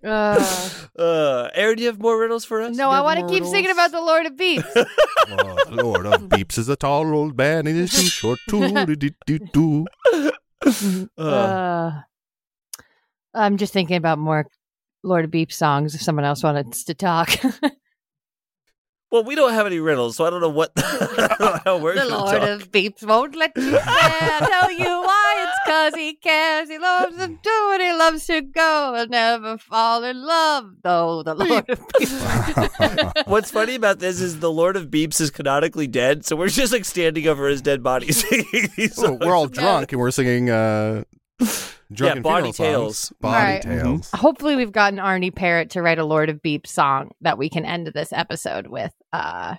Speaker 2: Uh,
Speaker 3: Uh, Aaron, do you have more riddles for us?
Speaker 2: no, I want to keep singing about the Lord of Beeps.
Speaker 4: Oh, the Lord of beeps is a tall old man. It is too short.
Speaker 2: [laughs]
Speaker 4: Too, do, do, do.
Speaker 3: Uh,
Speaker 2: Uh, I'm just thinking about more Lord of Beep songs if someone else wanted to talk.
Speaker 3: Well, we don't have any riddles, so I don't know what [laughs] I don't know how [laughs] we're
Speaker 2: the
Speaker 3: gonna
Speaker 2: Lord
Speaker 3: talk.
Speaker 2: of Beeps won't let you stay. I tell you why. It's because he cares. He loves to do and he loves to go. He'll never fall in love, though. The Lord of
Speaker 3: [laughs]
Speaker 2: Beeps.
Speaker 3: What's funny about this is the Lord of Beeps is canonically dead, so we're just like standing over his dead body [laughs] singing these
Speaker 4: So
Speaker 3: songs.
Speaker 4: Oh, we're
Speaker 2: [laughs]
Speaker 4: all drunk and we're singing uh, drunken
Speaker 3: Bonnie
Speaker 4: funeral songs.
Speaker 3: Tales.
Speaker 4: Bonnie
Speaker 2: Right.
Speaker 4: Tales.
Speaker 2: Hopefully, we've gotten Arnie Parrott to write a Lord of Beeps song that we can end this episode with. Uh,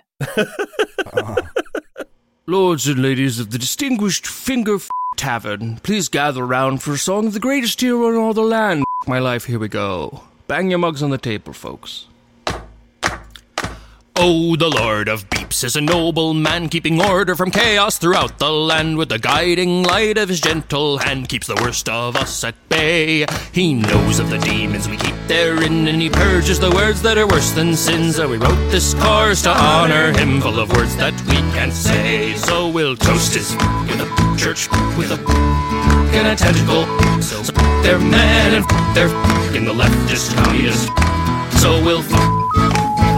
Speaker 5: Lords and ladies of the distinguished Finger F- Tavern, please gather round for a song of the greatest hero in all the land. F- My life, here we go. Bang your mugs on the table, folks. Oh, the Lord of Beeps is a noble man, keeping order from chaos throughout the land. With the guiding light of his gentle hand, keeps the worst of us at bay. He knows of the demons we keep therein, and he purges the words that are worse than sins. So we wrote this chorus to honor him, full of words that we can't say. So we'll toast his with a church with a and a tentacle. So their men and their in the leftist communist. So we'll fuck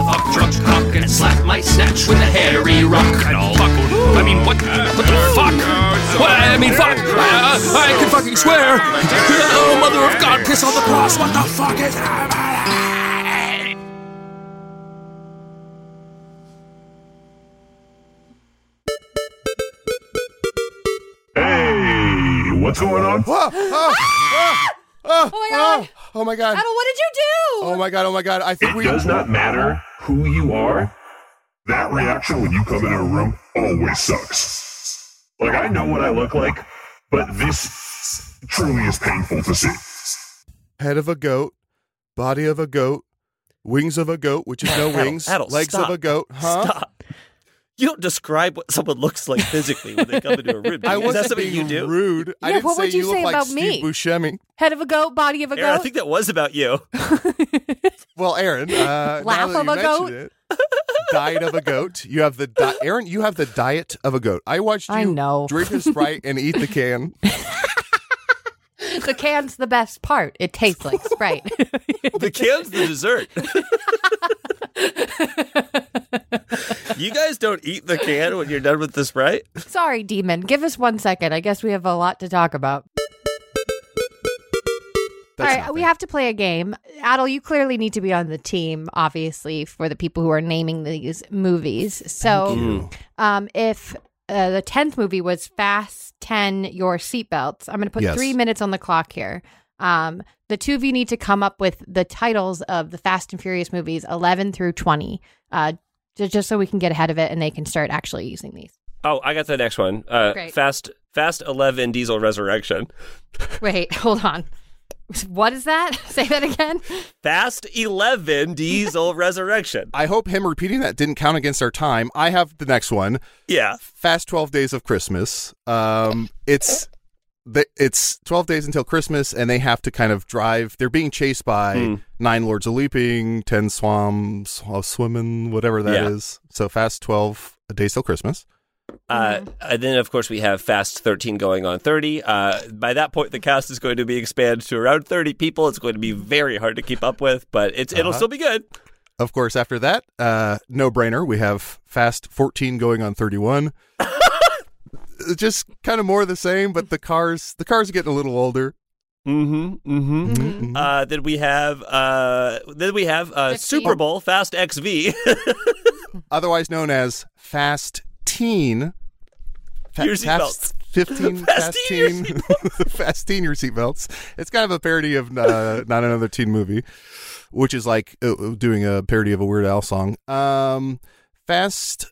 Speaker 5: fuck drunk cock and slap my snatch with a hairy rock and all fuck. I mean, what? What the fuck? Well, I mean, fuck! Uh, I can fucking swear. Oh, mother of God, piss on the cross! What the fuck is happening?
Speaker 6: Hey, what's going on?
Speaker 4: Oh, oh, oh,
Speaker 2: Oh my God.
Speaker 4: oh, oh my god.
Speaker 2: Adam, what did you do?
Speaker 4: Oh my god. Oh my god. I think
Speaker 6: It
Speaker 4: we
Speaker 6: does not matter who you are. That reaction when you come into a room always sucks. Like, I know what I look like, but this truly is painful to see.
Speaker 4: head of a goat, body of a goat, wings of a goat, which is no
Speaker 3: Adult,
Speaker 4: wings,
Speaker 3: adult,
Speaker 4: legs
Speaker 3: stop.
Speaker 4: of a goat. Huh?
Speaker 3: Stop. You don't describe what someone looks like physically when they come into a room.
Speaker 4: [laughs]
Speaker 3: do
Speaker 4: I
Speaker 3: you? is that
Speaker 4: wasn't
Speaker 3: something
Speaker 4: being
Speaker 3: you do?
Speaker 4: rude. I
Speaker 2: Yeah,
Speaker 4: didn't
Speaker 2: what
Speaker 4: say
Speaker 2: would you
Speaker 4: look
Speaker 2: say
Speaker 4: like
Speaker 2: about
Speaker 4: Steve
Speaker 2: me?
Speaker 4: Buscemi.
Speaker 2: Head of a goat, body of a
Speaker 3: Aaron, I
Speaker 2: goat.
Speaker 3: think that was about you.
Speaker 4: Well,
Speaker 2: [laughs]
Speaker 4: Aaron, uh, now
Speaker 2: Laugh
Speaker 4: that
Speaker 2: of
Speaker 4: you
Speaker 2: a goat.
Speaker 4: mentioned It, diet of a goat. You have the di- Aaron. You have the diet of a goat. I watched you
Speaker 2: I know.
Speaker 4: drink a sprite and eat
Speaker 2: [laughs]
Speaker 4: the can.
Speaker 2: the can's the best part. It tastes like
Speaker 3: [laughs]
Speaker 2: Sprite. [laughs]
Speaker 3: The can's the dessert. you guys don't eat the can when you're done with this, right?
Speaker 2: Sorry, demon. Give us one second. I guess we have a lot to talk about.
Speaker 4: That's
Speaker 2: All right, we have to play a game. Adel, you clearly need to be on the team, obviously, for the people who are naming these movies. So, um, if uh, the tenth movie was Fast Ten Your Seatbelts, I'm going to put
Speaker 4: Yes.
Speaker 2: three minutes on the clock here. Um, the two of you need to come up with the titles of the Fast and Furious movies, eleven through twenty, uh, ju- just so we can get ahead of it and they can start actually using these.
Speaker 3: Oh, I got the next one. Uh,
Speaker 2: Great.
Speaker 3: Fast, Fast Eleven Diesel Resurrection.
Speaker 2: Wait, hold on. What is that? [laughs] Say that again.
Speaker 3: Fast
Speaker 4: [laughs]
Speaker 3: Eleven Diesel Resurrection.
Speaker 4: I hope him repeating that didn't count against our time. I have the next one.
Speaker 3: Yeah,
Speaker 4: Fast Twelve Days of Christmas. Um, it's the, it's twelve days until Christmas, and they have to kind of drive. They're being chased by nine lords of leaping, ten swans of swimming, whatever that is.
Speaker 3: Yeah.
Speaker 4: So fast twelve days till Christmas.
Speaker 3: Uh,
Speaker 4: Mm-hmm.
Speaker 3: and then, of course, we have Fast 13 going on 30. Uh, by that point, the cast is going to be expanded to around 30 people. It's going to be very hard to keep up with, but it's it'll
Speaker 4: Uh-huh.
Speaker 3: still be good.
Speaker 4: Of course, after that, uh, no brainer. We have fast fourteen going on thirty one. Just kind of more of the same, but the cars the cars are getting a little older.
Speaker 3: Mm-hmm. Mm-hmm. Uh, then we have uh, then we have uh,
Speaker 2: Fifteen.
Speaker 3: Super Bowl Fast XV.
Speaker 4: otherwise known as Fast Teen. Fa-
Speaker 3: Your
Speaker 4: fast
Speaker 3: [laughs]
Speaker 4: 15, fast
Speaker 3: Teen,
Speaker 4: teen, [laughs] fast teen, your seatbelts. It's kind of a parody of uh, not another teen movie, which is like uh, uh, doing a parody of a Weird Al song. Um, fast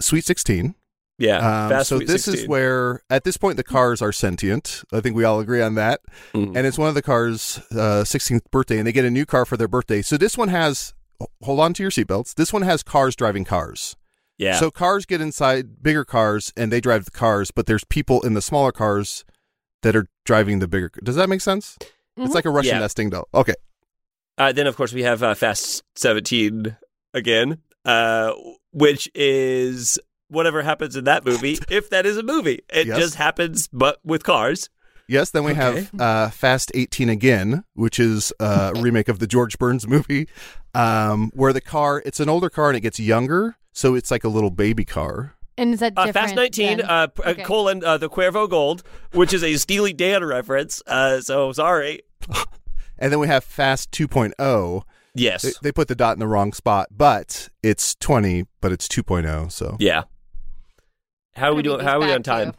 Speaker 4: Sweet Sixteen.
Speaker 3: [laughs] yeah.
Speaker 4: Um,
Speaker 3: Fast
Speaker 4: so
Speaker 3: Sweet
Speaker 4: this
Speaker 3: 16.
Speaker 4: is where, at this point, the cars are sentient. I think we all agree on that.
Speaker 3: Mm-hmm. Hmm.
Speaker 4: And it's one of the cars' uh, 16th birthday, and they get a new car for their birthday. So this one has, hold on to your seatbelts. This one has cars driving cars.
Speaker 3: yeah.
Speaker 4: So cars get inside bigger cars and they drive the cars, but there's people in the smaller cars that are driving the bigger. Does that make sense? It's like a Russian
Speaker 3: Mm-hmm. Yeah.
Speaker 4: nesting doll. Okay.
Speaker 3: Uh, then, of course, we have uh, Fast 17 again, uh, which is whatever happens in that movie, if that is a movie. It
Speaker 4: Yes.
Speaker 3: just happens, but with cars.
Speaker 4: Yes, then we have uh, Fast 18 Again, which is uh, a remake of the George Burns movie, um, where the car, it's an older car and it gets younger. So it's like a little baby car.
Speaker 2: And is that
Speaker 3: Uh,
Speaker 2: different?
Speaker 3: Fast 19,
Speaker 2: than-
Speaker 3: uh, p- uh,
Speaker 2: Okay.
Speaker 3: colon, uh, the Cuervo Gold, which is a Steely Dan reference. Uh, so sorry.
Speaker 4: And then we have Fast 2.0.
Speaker 3: Yes.
Speaker 4: They, they put the dot in the wrong spot, but it's 20, but it's 2.0. So
Speaker 3: yeah. How are we
Speaker 2: I'm gonna
Speaker 3: doing?
Speaker 2: read
Speaker 3: How are
Speaker 2: these
Speaker 3: we on
Speaker 2: back to
Speaker 3: time?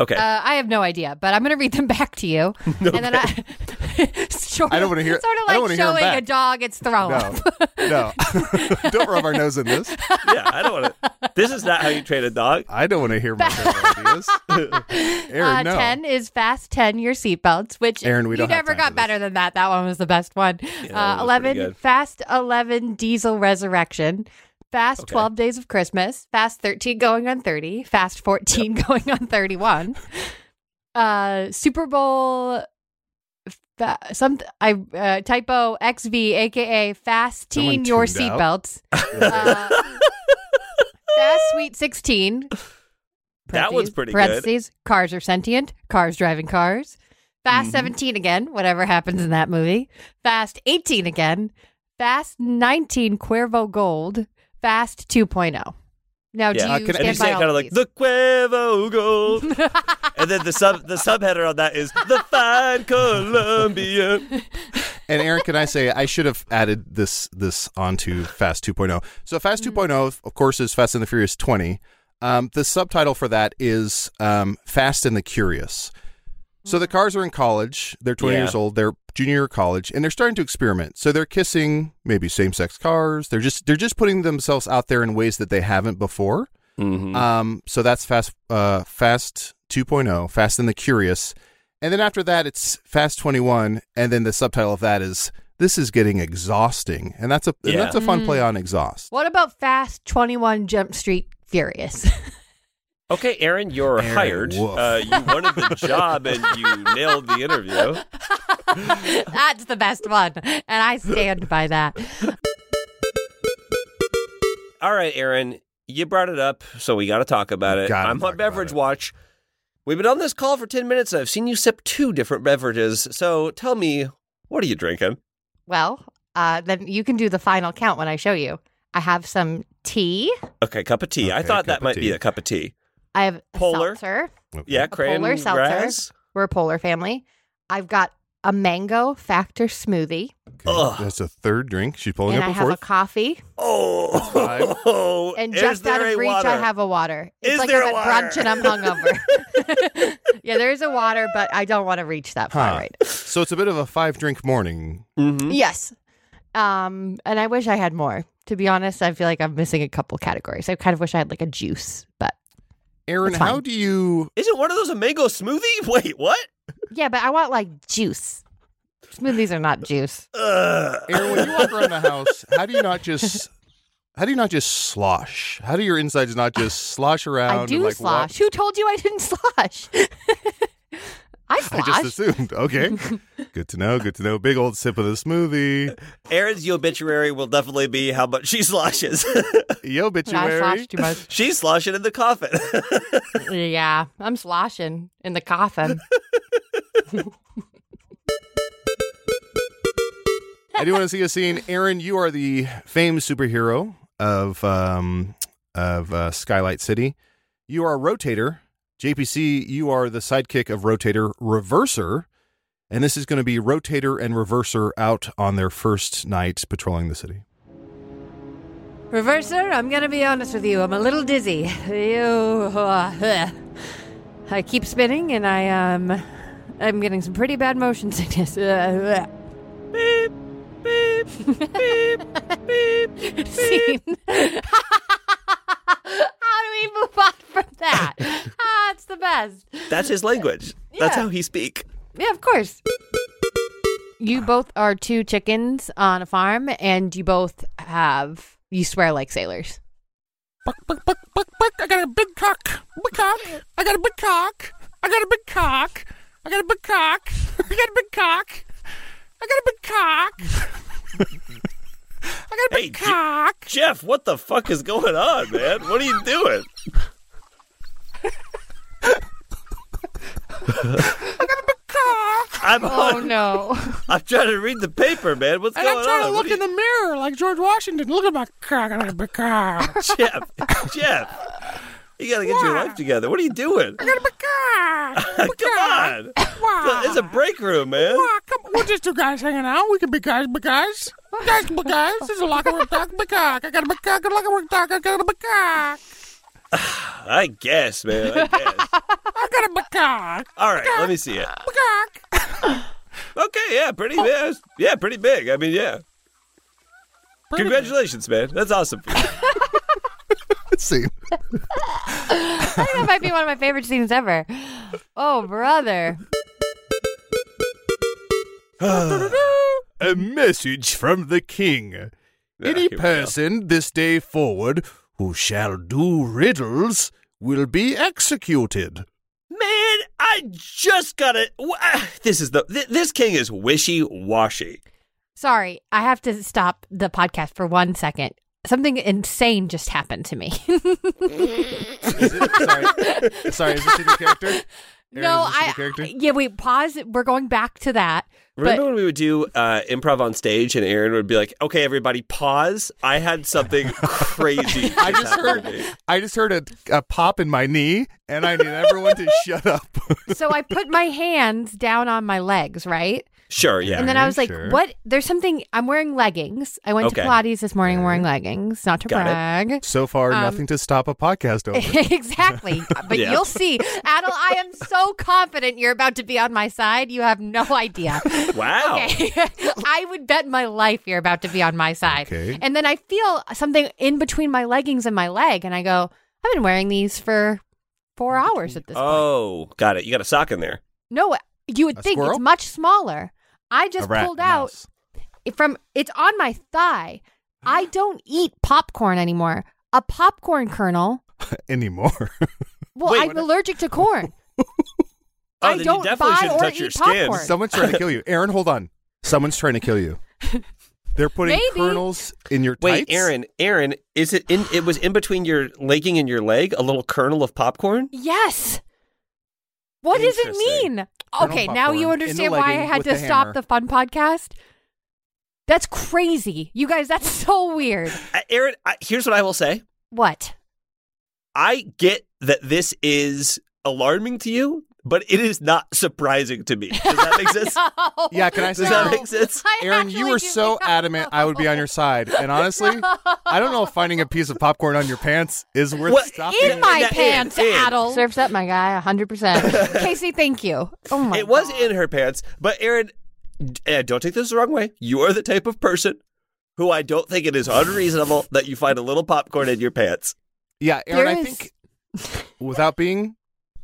Speaker 3: Okay.
Speaker 2: Uh, I have no idea, but I'm going to read them [laughs] back to
Speaker 4: [laughs]
Speaker 2: you. And then I, [laughs] sort
Speaker 4: I don't
Speaker 2: of-
Speaker 4: wanna hear-
Speaker 2: Sort of
Speaker 4: I
Speaker 2: like
Speaker 4: don't wanna
Speaker 2: showing
Speaker 4: hear 'em
Speaker 2: a
Speaker 4: back.
Speaker 2: dog its throw
Speaker 4: no,
Speaker 2: up. [laughs]
Speaker 4: no, [laughs] don't rub our nose in this.
Speaker 3: yeah, I don't want to.
Speaker 2: [laughs]
Speaker 3: This is not how you train a dog.
Speaker 4: I don't want to hear more ideas. Aaron,
Speaker 2: uh,
Speaker 4: no.
Speaker 2: Ten is fast. Ten your seatbelts, which
Speaker 4: Aaron, we
Speaker 2: you
Speaker 4: don't have
Speaker 2: never
Speaker 4: time for
Speaker 2: got
Speaker 4: this.
Speaker 2: better than that. That one was the best one.
Speaker 3: that
Speaker 2: uh,
Speaker 3: one was pretty
Speaker 2: eleven
Speaker 3: good.
Speaker 2: fast. Eleven diesel resurrection. Fast
Speaker 3: Okay.
Speaker 2: 12 days of Christmas, fast 13 going on 30, fast 14 going on
Speaker 4: [laughs]
Speaker 2: 31. Uh Super Bowl fa- some I uh, typo XV aka fast
Speaker 4: Someone
Speaker 2: teen your
Speaker 4: tuned out.
Speaker 2: seatbelts.
Speaker 4: [laughs]
Speaker 2: Uh, fast sweet 16.
Speaker 3: [laughs] That one's
Speaker 2: was
Speaker 3: pretty good.
Speaker 2: parentheses, Cars are sentient. Cars driving cars. Fast
Speaker 3: Mm-hmm.
Speaker 2: 17 again, whatever happens in that movie. Fast 18 again. Fast 19 Cuervo Gold. Fast 2.0. Now, do
Speaker 3: Yeah.
Speaker 2: you
Speaker 4: can
Speaker 2: stand
Speaker 4: I-
Speaker 3: And
Speaker 2: by
Speaker 3: you say it
Speaker 2: all
Speaker 3: kind of
Speaker 2: of
Speaker 3: like
Speaker 2: these?
Speaker 3: the Cuervo Gold,
Speaker 2: [laughs]
Speaker 3: and then the sub the subheader on that is the fine Colombian.
Speaker 4: [laughs] And Aaron, can I say I should have added this this onto Fast 2.0. So Fast 2.0, of course, is Fast and the Furious 20. Um, the subtitle for that is um, Fast and the Curious. So the cars are in college. They're 20
Speaker 3: Yeah.
Speaker 4: years old. They're junior year of college, and they're starting to experiment. So they're kissing maybe same sex cars. They're just they're just putting themselves out there in ways that they haven't before.
Speaker 3: Mm-hmm.
Speaker 4: Um, so that's Fast uh, Fast 2.0, Fast and the Curious. And then after that, it's Fast 21, and then the subtitle of that is This is Getting Exhausting. And that's a and
Speaker 3: Yeah.
Speaker 4: that's a fun play
Speaker 2: Mm.
Speaker 4: on exhaust.
Speaker 2: what about Fast 21 Jump Street Furious? [laughs]
Speaker 3: Okay, Aaron, you're
Speaker 4: Aaron
Speaker 3: hired.
Speaker 4: Wolf.
Speaker 3: Uh, you wanted the job and you nailed
Speaker 2: [laughs]
Speaker 3: the interview.
Speaker 2: That's the best one. And I stand by that.
Speaker 3: All right, Aaron, you brought it up, so we got to talk about it.
Speaker 4: Gotta
Speaker 3: I'm
Speaker 4: talk
Speaker 3: on
Speaker 4: about
Speaker 3: Beverage
Speaker 4: it.
Speaker 3: Watch. We've been on this call for 10 minutes. And I've seen you sip two different beverages. So tell me, what are you drinking?
Speaker 2: Well, uh, then you can do the final count when I show you. I have some tea.
Speaker 3: Okay, cup of tea. I
Speaker 4: Okay,
Speaker 3: thought
Speaker 4: cup
Speaker 3: that
Speaker 4: of
Speaker 3: might be
Speaker 4: tea.
Speaker 3: a cup of tea.
Speaker 2: I have a
Speaker 3: Polar.
Speaker 2: seltzer.
Speaker 3: Yeah,
Speaker 2: polar
Speaker 3: crayon
Speaker 2: seltzer.
Speaker 3: ras.
Speaker 2: We're a polar family. I've got a mango factor smoothie,
Speaker 4: Okay,
Speaker 3: Ugh.
Speaker 4: That's a third drink. She's pulling
Speaker 2: and
Speaker 4: up
Speaker 2: I
Speaker 4: a
Speaker 2: have
Speaker 4: fourth.
Speaker 2: a coffee,
Speaker 4: five.
Speaker 3: Oh, [laughs]
Speaker 2: and
Speaker 3: is
Speaker 2: just out
Speaker 3: there
Speaker 2: of
Speaker 3: a
Speaker 2: reach,
Speaker 3: water?
Speaker 2: I have a water. It's
Speaker 3: Is
Speaker 2: like
Speaker 3: there
Speaker 2: I'm
Speaker 3: a
Speaker 2: at
Speaker 3: water?
Speaker 2: brunch and I'm
Speaker 3: [laughs]
Speaker 2: hungover. [laughs] yeah, there is a water, but I don't want to reach that far
Speaker 4: Huh.
Speaker 2: right.
Speaker 4: so it's a bit of a five drink morning.
Speaker 3: Mhm.
Speaker 2: Yes, um, and I wish I had more. To be honest, I feel like I'm missing a couple categories. I kind of wish I had like a juice, but
Speaker 4: Aaron,
Speaker 2: That's fine.
Speaker 4: how do you
Speaker 3: Isn't one of those a mango smoothie? [laughs] Wait, what?
Speaker 2: yeah, but I want like juice. Smoothies are not juice.
Speaker 3: Ugh.
Speaker 4: Aaron, when you walk around the house, how do you not just how do you not just slosh? How do your insides not just slosh
Speaker 2: [sighs]
Speaker 4: around?
Speaker 2: I
Speaker 4: and,
Speaker 2: do
Speaker 4: like, walk-
Speaker 2: slosh. Who told you I didn't [laughs] slosh? I
Speaker 4: I
Speaker 2: slosh.
Speaker 4: just assumed. Okay. good to know. Good to know. Big old sip of the smoothie.
Speaker 3: Aaron's obituary will definitely be how much she sloshes.
Speaker 4: Yo,
Speaker 2: I
Speaker 4: obituary.
Speaker 2: sloshed too much.
Speaker 3: [laughs] She's sloshing in the coffin. [laughs]
Speaker 2: yeah, I'm sloshing in the coffin.
Speaker 4: [laughs] I do want to see a scene. Aaron, you are the famed superhero of um, of uh, Skylight City. You are a rotator. JPC, you are the sidekick of Rotator Reverser. And this is going to be Rotator and Reverser out on their first night patrolling the city.
Speaker 2: Reverser, I'm gonna be honest with you. I'm a little dizzy. You, I keep spinning, and I um, I'm getting some pretty bad motion sickness. Uh, beep, beep, beep, beep, Scene. [laughs] How do we move on from that? ah, it's the best.
Speaker 3: That's his language. That's
Speaker 2: Yeah.
Speaker 3: how he speak.
Speaker 2: Yeah, of course. You both are two chickens on a farm, and you both have you swear like sailors.
Speaker 5: [laughs]
Speaker 3: Hey, Je- Jeff, what the fuck is going on, man? What are you
Speaker 7: [laughs]
Speaker 3: [laughs] doing? I'm
Speaker 2: Oh
Speaker 3: on,
Speaker 2: no.
Speaker 3: I'm trying to read the paper, man. What's
Speaker 7: And
Speaker 3: going
Speaker 7: I'm trying
Speaker 3: on?
Speaker 7: to look in the mirror like George Washington. Look at my cock. I got a big cock.
Speaker 3: the [laughs] Jeff. Jeff, you gotta get your life together. What are you doing?
Speaker 7: I got a big cock.
Speaker 3: [laughs] Come on,
Speaker 7: Wow.
Speaker 3: it's a break room, man.
Speaker 7: Wow, come on. We're just two guys hanging out. We can be guys, big guys. Guys, big guys. This is a locker room talk, big cock. I got a big cock, a locker room talk. I got a big cock.
Speaker 3: I guess, man. I
Speaker 7: [laughs]
Speaker 3: guess.
Speaker 7: I got a big cock.
Speaker 3: All right, let me see it.
Speaker 7: Big cock.
Speaker 3: Okay, yeah, pretty,
Speaker 7: Oh.
Speaker 3: yeah, it's- yeah, pretty big. I mean, yeah. Congratulations, man. That's awesome.
Speaker 7: [laughs]
Speaker 4: See,
Speaker 2: [laughs] that might be one of my favorite scenes ever. Oh, brother.
Speaker 4: Uh, a message from the king.
Speaker 3: here
Speaker 4: Any
Speaker 3: we go.
Speaker 4: person this day forward who shall do riddles will be executed.
Speaker 3: Man, I just gotta. wh- ah, This is the. thi- This king is wishy washy.
Speaker 2: Sorry, I have to stop the podcast for one second. Something insane just happened to me. [laughs]
Speaker 4: Sorry. [laughs] Sorry, is this in your character? Aaron,
Speaker 2: no,
Speaker 4: is this in
Speaker 2: I.
Speaker 4: your character?
Speaker 2: Yeah, wait, pause. We're going back to that.
Speaker 3: Remember
Speaker 2: But
Speaker 3: when we would do uh, improv on stage and Aaron would be like, okay, everybody, pause. I had something [laughs] crazy.
Speaker 4: I just heard I just heard a, a pop in my knee and I need
Speaker 2: [laughs]
Speaker 4: everyone to shut up.
Speaker 2: so I put my hands down on my legs, right?
Speaker 3: Sure, yeah. [laughs]
Speaker 2: And then I was like,
Speaker 4: sure.
Speaker 2: what? There's something. I'm wearing leggings. I went
Speaker 3: Okay.
Speaker 2: to Pilates this morning wearing leggings, not to
Speaker 3: Got it.
Speaker 2: brag. [laughs]
Speaker 4: So far,
Speaker 2: Um,
Speaker 4: nothing to stop a podcast over.
Speaker 2: exactly.
Speaker 4: [laughs]
Speaker 2: But
Speaker 3: Yeah.
Speaker 2: you'll see. Adel, I am so confident you're about to be on my side. You have no
Speaker 4: [laughs]
Speaker 2: idea.
Speaker 3: wow.
Speaker 2: Okay. [laughs] I would bet my life you're about to be on my side.
Speaker 4: Okay.
Speaker 2: And then I feel something in between my leggings and my leg, and I go, I've been wearing these for four hours at this point.
Speaker 3: Oh, got it. You got a sock in there.
Speaker 2: No, you would
Speaker 4: A
Speaker 2: think
Speaker 4: squirrel?
Speaker 2: it's much smaller. I [laughs]
Speaker 4: A
Speaker 2: just
Speaker 4: rat,
Speaker 2: pulled
Speaker 4: a
Speaker 2: out
Speaker 4: mouse. [laughs]
Speaker 2: from it's on my thigh. I don't eat popcorn anymore. A popcorn kernel.
Speaker 4: anymore.
Speaker 2: Well,
Speaker 3: Wait,
Speaker 2: I'm allergic to
Speaker 4: [laughs]
Speaker 2: corn.
Speaker 3: Oh,
Speaker 2: I
Speaker 3: then you
Speaker 2: don't
Speaker 3: definitely
Speaker 2: buy
Speaker 3: shouldn't
Speaker 2: or
Speaker 3: touch your
Speaker 2: eat
Speaker 3: skin.
Speaker 2: popcorn.
Speaker 4: Someone's trying to kill you. Aaron, hold on. Someone's trying to
Speaker 2: [laughs]
Speaker 4: kill you. They're putting
Speaker 2: Maybe.
Speaker 4: kernels in your
Speaker 3: Wait,
Speaker 4: tights.
Speaker 3: Aaron, Aaron, is it in? It was in between your legging and your leg, a little kernel of popcorn.
Speaker 2: Yes. What does it
Speaker 3: Interesting.
Speaker 2: mean?
Speaker 4: Kernel
Speaker 2: okay, now you
Speaker 4: popcorn in the
Speaker 2: understand why I
Speaker 4: legging
Speaker 2: had
Speaker 4: with
Speaker 2: to
Speaker 4: the
Speaker 2: stop
Speaker 4: hammer.
Speaker 2: the fun podcast. That's crazy. You guys, that's [laughs] so weird.
Speaker 3: Uh, Aaron, I, here's what I will say.
Speaker 2: What?
Speaker 3: I get that this is alarming to you, but it is not surprising to me. Does that [laughs] make sense?
Speaker 2: No.
Speaker 4: Yeah, can I say
Speaker 3: Does
Speaker 2: Oh, no.
Speaker 3: that make sense?
Speaker 2: I
Speaker 4: Aaron, you
Speaker 2: actually
Speaker 4: were
Speaker 2: do
Speaker 4: so
Speaker 2: not
Speaker 4: adamant I would be on your side. And honestly, I don't know if finding a piece of popcorn on your pants is worth
Speaker 3: What-
Speaker 4: stopping.
Speaker 2: [laughs] in my
Speaker 3: Now, Ann,
Speaker 2: pants,
Speaker 3: Ann.
Speaker 2: Adel. Serves up my guy 100%. Casey, thank you. Oh my
Speaker 3: It was
Speaker 2: God.
Speaker 3: in her pants, but Aaron, d- uh, don't take this the wrong way. You are the type of person who I don't think it is unreasonable that you find a little popcorn in your pants.
Speaker 4: yeah, Aaron,
Speaker 2: There
Speaker 4: I
Speaker 2: is-
Speaker 4: think without being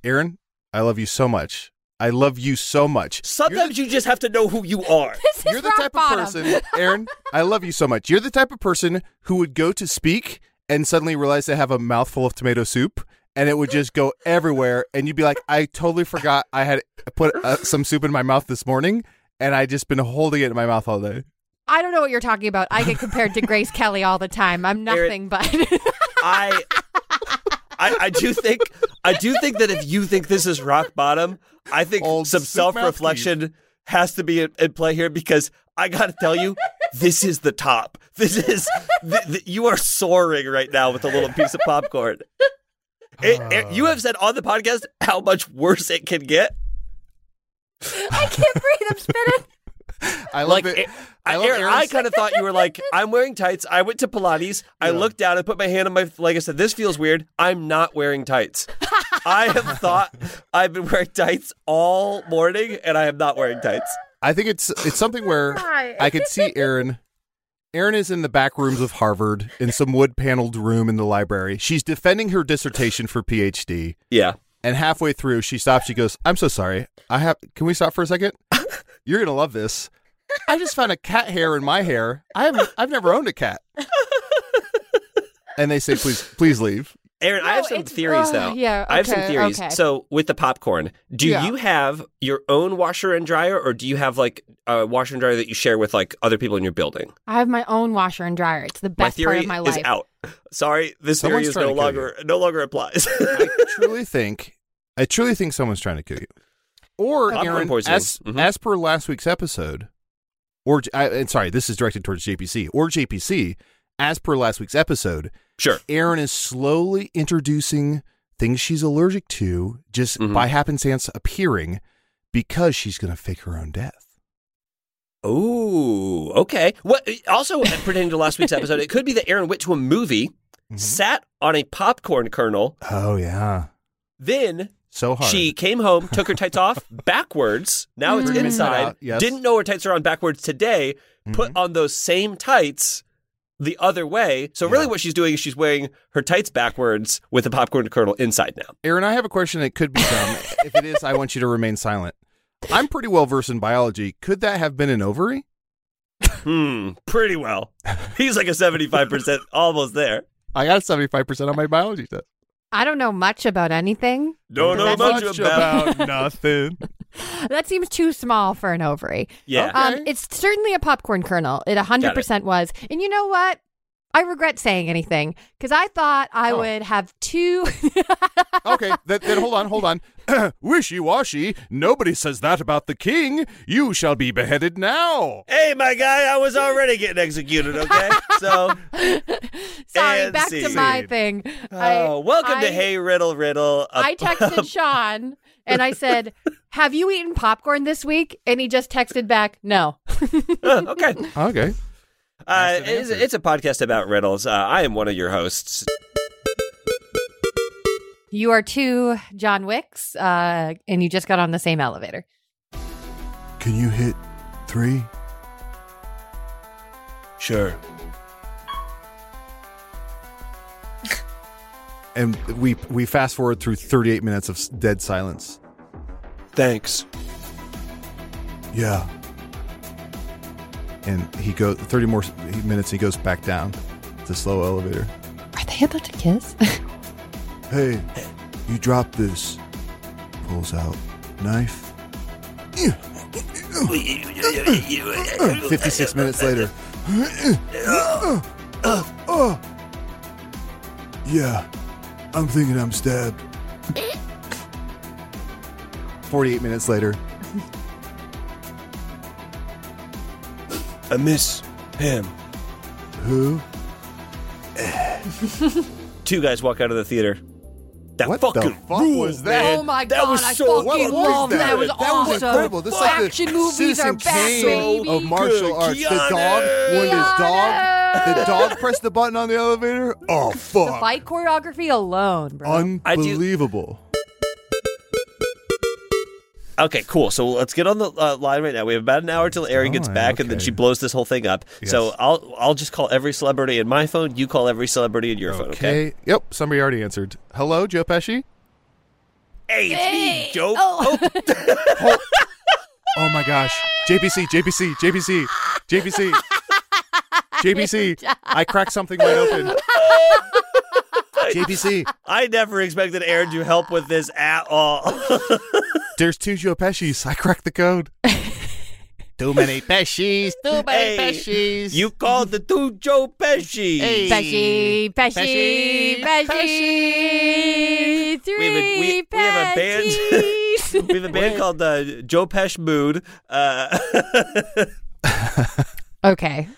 Speaker 4: Aaron, I love you so much. I love you so much.
Speaker 3: Sometimes you just have to know who you are.
Speaker 2: This is
Speaker 4: You're the
Speaker 2: rock
Speaker 4: type
Speaker 2: bottom.
Speaker 4: of person, Aaron, I love you so much. You're the type of person who would go to speak and suddenly realize they have a mouthful of tomato soup and it would just go everywhere. And you'd be like, I totally forgot I had put uh, some soup in my mouth this morning and i just been holding it in my mouth all day.
Speaker 2: I don't know what you're talking about. I get compared to [laughs] Grace Kelly all the time. I'm nothing
Speaker 3: Erin-
Speaker 2: but. [laughs]
Speaker 3: I, I, I do think, I do think that if you think this is rock bottom, I think
Speaker 4: Old
Speaker 3: some
Speaker 4: soup
Speaker 3: self reflection has to be in, in play here because I got to tell you, this is the top. This is th- th- you are soaring right now with a little piece of popcorn. It- it- you have said on the podcast how much worse it can get.
Speaker 2: I can't breathe. I'm spinning.
Speaker 4: I love
Speaker 3: Like,
Speaker 4: it.
Speaker 3: it-
Speaker 4: I
Speaker 3: I,
Speaker 4: love
Speaker 3: Aaron, I
Speaker 4: Aaron's-
Speaker 3: kind of thought you
Speaker 4: [laughs]
Speaker 3: were like, I'm wearing tights. I went to Pilates. I looked down. I put my hand on my leg. I said, This feels weird. I'm not wearing tights. I
Speaker 4: [laughs]
Speaker 3: have thought I've been wearing tights all morning, and I am not wearing tights.
Speaker 4: I think it's it's
Speaker 2: [laughs]
Speaker 4: something where I could see Aaron. Aaron is in the back rooms of Harvard in some wood paneled room in the library. She's defending her dissertation for PhD.
Speaker 3: Yeah.
Speaker 4: And halfway through, she stops. She goes, "I'm so sorry. I have. Can we stop for a
Speaker 3: [laughs]
Speaker 4: second? You're gonna love this. I just found a cat hair in my hair. I haven't. I've never owned a cat." And they say, "Please, please leave."
Speaker 3: Aaron, I
Speaker 2: No,
Speaker 3: have some
Speaker 2: it's-
Speaker 3: theories,
Speaker 2: oh,
Speaker 3: though.
Speaker 2: yeah,
Speaker 3: I have some
Speaker 2: okay,
Speaker 3: theories.
Speaker 2: okay.
Speaker 3: So, with the popcorn, do
Speaker 2: Yeah.
Speaker 3: you have your own washer and dryer, or do you have like a washer and dryer that you share with like other people in your building?
Speaker 2: I have my own washer and dryer. It's the
Speaker 3: My
Speaker 2: best
Speaker 3: theory
Speaker 2: part of my life.
Speaker 3: is out. Sorry, this
Speaker 4: Someone's
Speaker 3: theory is
Speaker 4: trying
Speaker 3: no
Speaker 4: to kill
Speaker 3: longer no longer applies.
Speaker 4: I truly think. I truly think someone's trying to kill you. Or
Speaker 3: Popcorn
Speaker 4: Aaron,
Speaker 3: poisoning.
Speaker 4: as,
Speaker 3: Mhm.
Speaker 4: as per last week's episode, or J- I, and sorry, this is directed towards JPC or JPC. As per last week's episode,
Speaker 3: [laughs] Sure.
Speaker 4: Aaron is slowly introducing things she's allergic to, just
Speaker 3: Mhm.
Speaker 4: by happenstance appearing, because she's going to fake her own death.
Speaker 3: Oh, okay. What? Also, pertaining to
Speaker 4: [laughs]
Speaker 3: last week's episode, it could be that Aaron went to a movie,
Speaker 4: Mhm.
Speaker 3: sat on a popcorn kernel,
Speaker 4: Oh yeah,
Speaker 3: then
Speaker 4: so hard.
Speaker 3: she came home, took her
Speaker 4: [laughs]
Speaker 3: tights off backwards. Now it's
Speaker 2: Mm.
Speaker 3: inside.
Speaker 4: Uh, yes. Mm-hmm.
Speaker 3: Didn't know her tights are on backwards today. Put on those same tights the other way. So really,
Speaker 4: Yeah.
Speaker 3: what she's doing is she's wearing her tights backwards with the popcorn kernel inside now.
Speaker 4: Aaron, I have a question. It could be [laughs] dumb. if it is, I want you to remain silent. I'm pretty well versed in biology. Could that have been an ovary?
Speaker 3: Hmm,
Speaker 4: [laughs]
Speaker 3: pretty well. He's like a seventy-five percent, almost there.
Speaker 4: I got a 75% on my biology test.
Speaker 2: I don't know much about anything.
Speaker 3: Don't know
Speaker 2: That's
Speaker 3: much about.
Speaker 4: nothing. [laughs]
Speaker 2: That seems too small for an ovary.
Speaker 3: Yeah.
Speaker 2: Um,
Speaker 4: Okay.
Speaker 2: it's certainly a popcorn kernel. It 100% was. And you know what? I regret saying anything because I thought I
Speaker 4: Oh.
Speaker 2: would have two. [laughs]
Speaker 4: okay, then, then hold on, hold on. [clears throat] Wishy washy. Nobody says that about the king. You shall be beheaded now.
Speaker 3: Hey, my guy, I was already
Speaker 2: [laughs]
Speaker 3: getting executed. Okay, so
Speaker 2: Sorry,
Speaker 3: And
Speaker 2: back to
Speaker 3: scene.
Speaker 2: my thing.
Speaker 3: oh, welcome to
Speaker 2: I-
Speaker 3: Hey Riddle Riddle. Uh, a-
Speaker 2: I texted
Speaker 3: [laughs]
Speaker 2: Sean and I said, Have you eaten popcorn this week? And he just texted back, No.
Speaker 3: [laughs]
Speaker 2: [laughs]
Speaker 3: okay,
Speaker 4: Okay.
Speaker 3: uh,
Speaker 4: Nice to
Speaker 3: it's,
Speaker 4: answer.
Speaker 3: it's a podcast about riddles. Uh, I am one of your hosts.
Speaker 2: You are two John Wicks uh, and you just got on the same elevator.
Speaker 4: Can you hit three?
Speaker 3: Sure.
Speaker 4: And we we fast forward through 38 minutes of s- dead silence.
Speaker 3: Thanks.
Speaker 4: Yeah. And he goes 30 more s- minutes. He goes back down the slow elevator.
Speaker 2: Are they about to
Speaker 3: [laughs]
Speaker 2: kiss?
Speaker 4: Hey, you dropped this. Pulls out knife. 56 minutes later. Yeah, I'm thinking I'm stabbed. 48 minutes later.
Speaker 3: I miss him.
Speaker 4: Who?
Speaker 3: Two guys walk out of the theater. That
Speaker 4: What the
Speaker 3: fucking
Speaker 4: fuck
Speaker 3: rule,
Speaker 4: was that?
Speaker 3: man.
Speaker 2: Oh my
Speaker 3: that
Speaker 2: God,
Speaker 3: Was
Speaker 2: I
Speaker 3: so
Speaker 2: fucking
Speaker 3: good.
Speaker 4: What
Speaker 2: love
Speaker 4: was
Speaker 2: that. It was
Speaker 4: that was
Speaker 2: awesome.
Speaker 4: incredible. This is like the
Speaker 2: Action movies
Speaker 4: Citizen
Speaker 2: are back,
Speaker 4: Kane
Speaker 2: baby.
Speaker 4: of martial
Speaker 3: Good
Speaker 4: arts. The
Speaker 3: Keanu.
Speaker 4: dog, when his dog,
Speaker 2: Keanu.
Speaker 4: the dog pressed the button on the elevator. Oh
Speaker 2: the
Speaker 4: fuck!
Speaker 2: fight choreography alone, bro.
Speaker 3: I do-
Speaker 4: Unbelievable.
Speaker 3: Okay, cool. So let's get on the uh, line right now. We have about an hour till Erin
Speaker 4: Oh,
Speaker 3: gets
Speaker 4: yeah,
Speaker 3: back, and then
Speaker 4: okay.
Speaker 3: she blows this whole thing up. So
Speaker 4: Yes.
Speaker 3: I'll I'll just call every celebrity in my phone. You call every celebrity in your phone. Okay.
Speaker 4: Okay. Yep. Somebody already answered. Hello, Joe Pesci.
Speaker 3: Hey, it's me, Joe.
Speaker 2: Oh.
Speaker 4: Oh my gosh. JPC, JPC, JPC,
Speaker 2: [laughs]
Speaker 4: JPC, JPC. I cracked something
Speaker 2: [laughs]
Speaker 4: wide open. JPC,
Speaker 3: [laughs] I never expected Aaron to help with this at all. [laughs]
Speaker 4: there's two Joe Pesci's. I cracked the code. too many Pesci's. Too
Speaker 3: Hey,
Speaker 4: Pesci's.
Speaker 3: you called the two Joe Pesci.
Speaker 2: Pesci, Pesci, Pesci, three
Speaker 3: We have a- we- we have a band.
Speaker 2: Pescis.
Speaker 3: [laughs] We have a band called uh, Joe Pesh Mood. Uh, [laughs]
Speaker 2: [laughs] okay,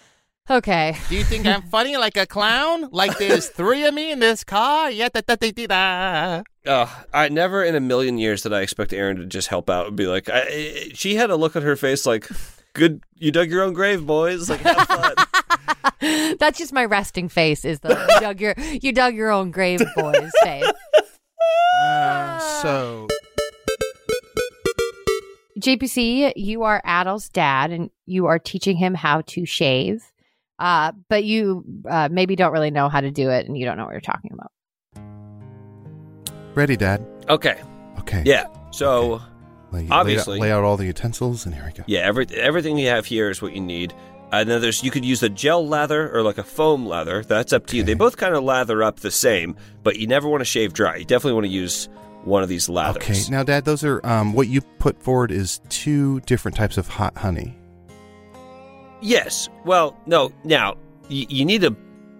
Speaker 2: okay.
Speaker 4: Do you
Speaker 7: [laughs]
Speaker 4: think I'm funny like a clown? Like there's three of me in this car? Yeah, da, da, da, da, da.
Speaker 3: Oh, I never in a million years did I expect Aaron to just help out and be like, I, I- she had a look on her face like, good, you dug your own grave, boys. Like, have fun.
Speaker 2: [laughs] That's just my resting face. Is the you dug your you dug your own grave, boys? Face. [laughs]
Speaker 4: Uh, so
Speaker 2: JPC, you are Adel's dad, and you are teaching him how to shave. Uh, but you uh, maybe don't really know how to do it, and you don't know what you're talking about.
Speaker 4: ready, Dad?
Speaker 3: [laughs] okay.
Speaker 4: Okay.
Speaker 3: Yeah. So,
Speaker 4: Lay- lay out-
Speaker 3: Obviously.
Speaker 4: lay out all the utensils, and here we go.
Speaker 3: yeah, every, everything you have here is what you need. And then there's, you could use a gel lather or like a foam lather. That's up to you. They both kind of lather up the same, but you never want to shave dry. You definitely want to use one of these lathers.
Speaker 4: Okay, now, Dad, those are um, what you put forward is two different types of hot honey.
Speaker 3: Yes. Well, no. Now y- you need a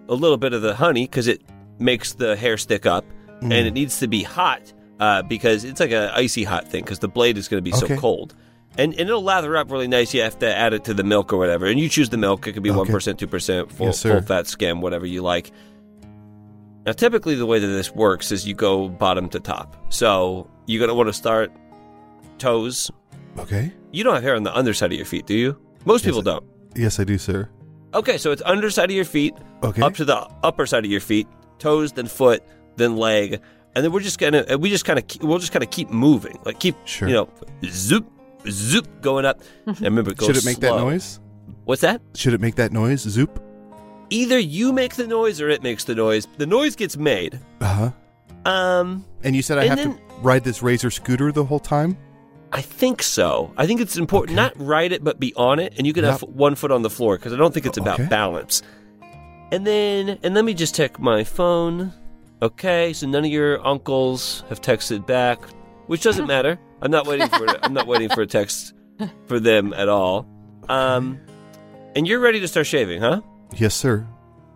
Speaker 3: a little bit of the honey because it makes the hair stick up,
Speaker 4: Mm.
Speaker 3: and it needs to be hot uh, because it's like an icy hot thing because the blade is going to be
Speaker 4: Okay.
Speaker 3: so cold. And, and it'll lather up really nice. You have to add it to the milk or whatever. And you choose the milk. It could be
Speaker 4: Okay.
Speaker 3: 1%, 2%, full,
Speaker 4: Yes, sir.
Speaker 3: full fat skim, whatever you like. Now, typically, the way that this works is you go bottom to top. So you're going to want to start toes.
Speaker 4: Okay.
Speaker 3: You don't have hair on the underside of your feet, do you? Most
Speaker 4: Yes,
Speaker 3: people
Speaker 4: I-
Speaker 3: don't.
Speaker 4: Yes, I do, sir.
Speaker 3: Okay, so it's underside of your feet,
Speaker 4: Okay.
Speaker 3: up to the upper side of your feet, toes, then foot, then leg, and then we're just gonna and we just kind of we'll just kind of keep moving, like keep
Speaker 4: Sure. Mm-hmm.
Speaker 3: you know, zoop zoop going up. And remember, it goes
Speaker 4: Should it make that
Speaker 3: slow.
Speaker 4: noise?
Speaker 3: What's that?
Speaker 4: Should it make that noise? Zoop.
Speaker 3: Either you make the noise or it makes the noise. The noise gets made.
Speaker 4: Uh huh.
Speaker 3: Um,
Speaker 4: And you said I
Speaker 3: And
Speaker 4: have
Speaker 3: then-
Speaker 4: to ride this razor scooter the whole time.
Speaker 3: I think so. I think it's important
Speaker 4: Okay.
Speaker 3: not ride it, but be on it, and you can have
Speaker 4: Yep.
Speaker 3: one foot on the floor because I don't think it's about
Speaker 4: Okay.
Speaker 3: balance. And then, and let me just check my phone. Okay, so none of your uncles have texted back, which doesn't matter. I'm not waiting for I'm not waiting for a text for them at all. Um, and you're ready to start shaving, huh?
Speaker 4: Yes, sir.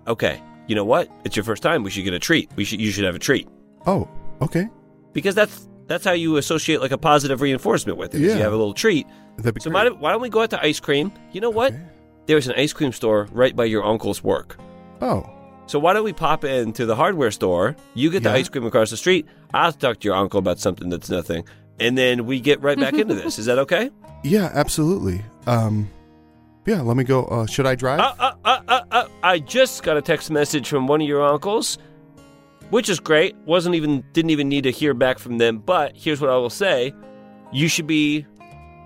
Speaker 3: Okay. You know what? It's your first time. We should get a treat. We should you should have a treat
Speaker 4: Oh, okay.
Speaker 3: because that's that's how you associate like a positive reinforcement with it. is
Speaker 4: Yeah.
Speaker 3: You have a little treat.
Speaker 4: That'd be
Speaker 3: So
Speaker 4: great.
Speaker 3: might, why don't we go out to ice cream? You know what?
Speaker 4: Okay.
Speaker 3: There's an ice cream store right by your uncle's work.
Speaker 4: Oh,
Speaker 3: So why don't we pop into the hardware store? You get
Speaker 4: Yeah.
Speaker 3: the ice cream across the street. I'll talk to your uncle about something that's nothing, and then we get right back
Speaker 4: Mm-hmm.
Speaker 3: into this. Is that
Speaker 4: [laughs]
Speaker 3: okay?
Speaker 4: yeah, absolutely. Um, yeah. Let me go. Uh, should I drive?
Speaker 3: Uh, uh, uh, uh, uh, I just got a text message from one of your uncles, which is great. wasn't even didn't even need to hear back from them. But here's what I will say: you should be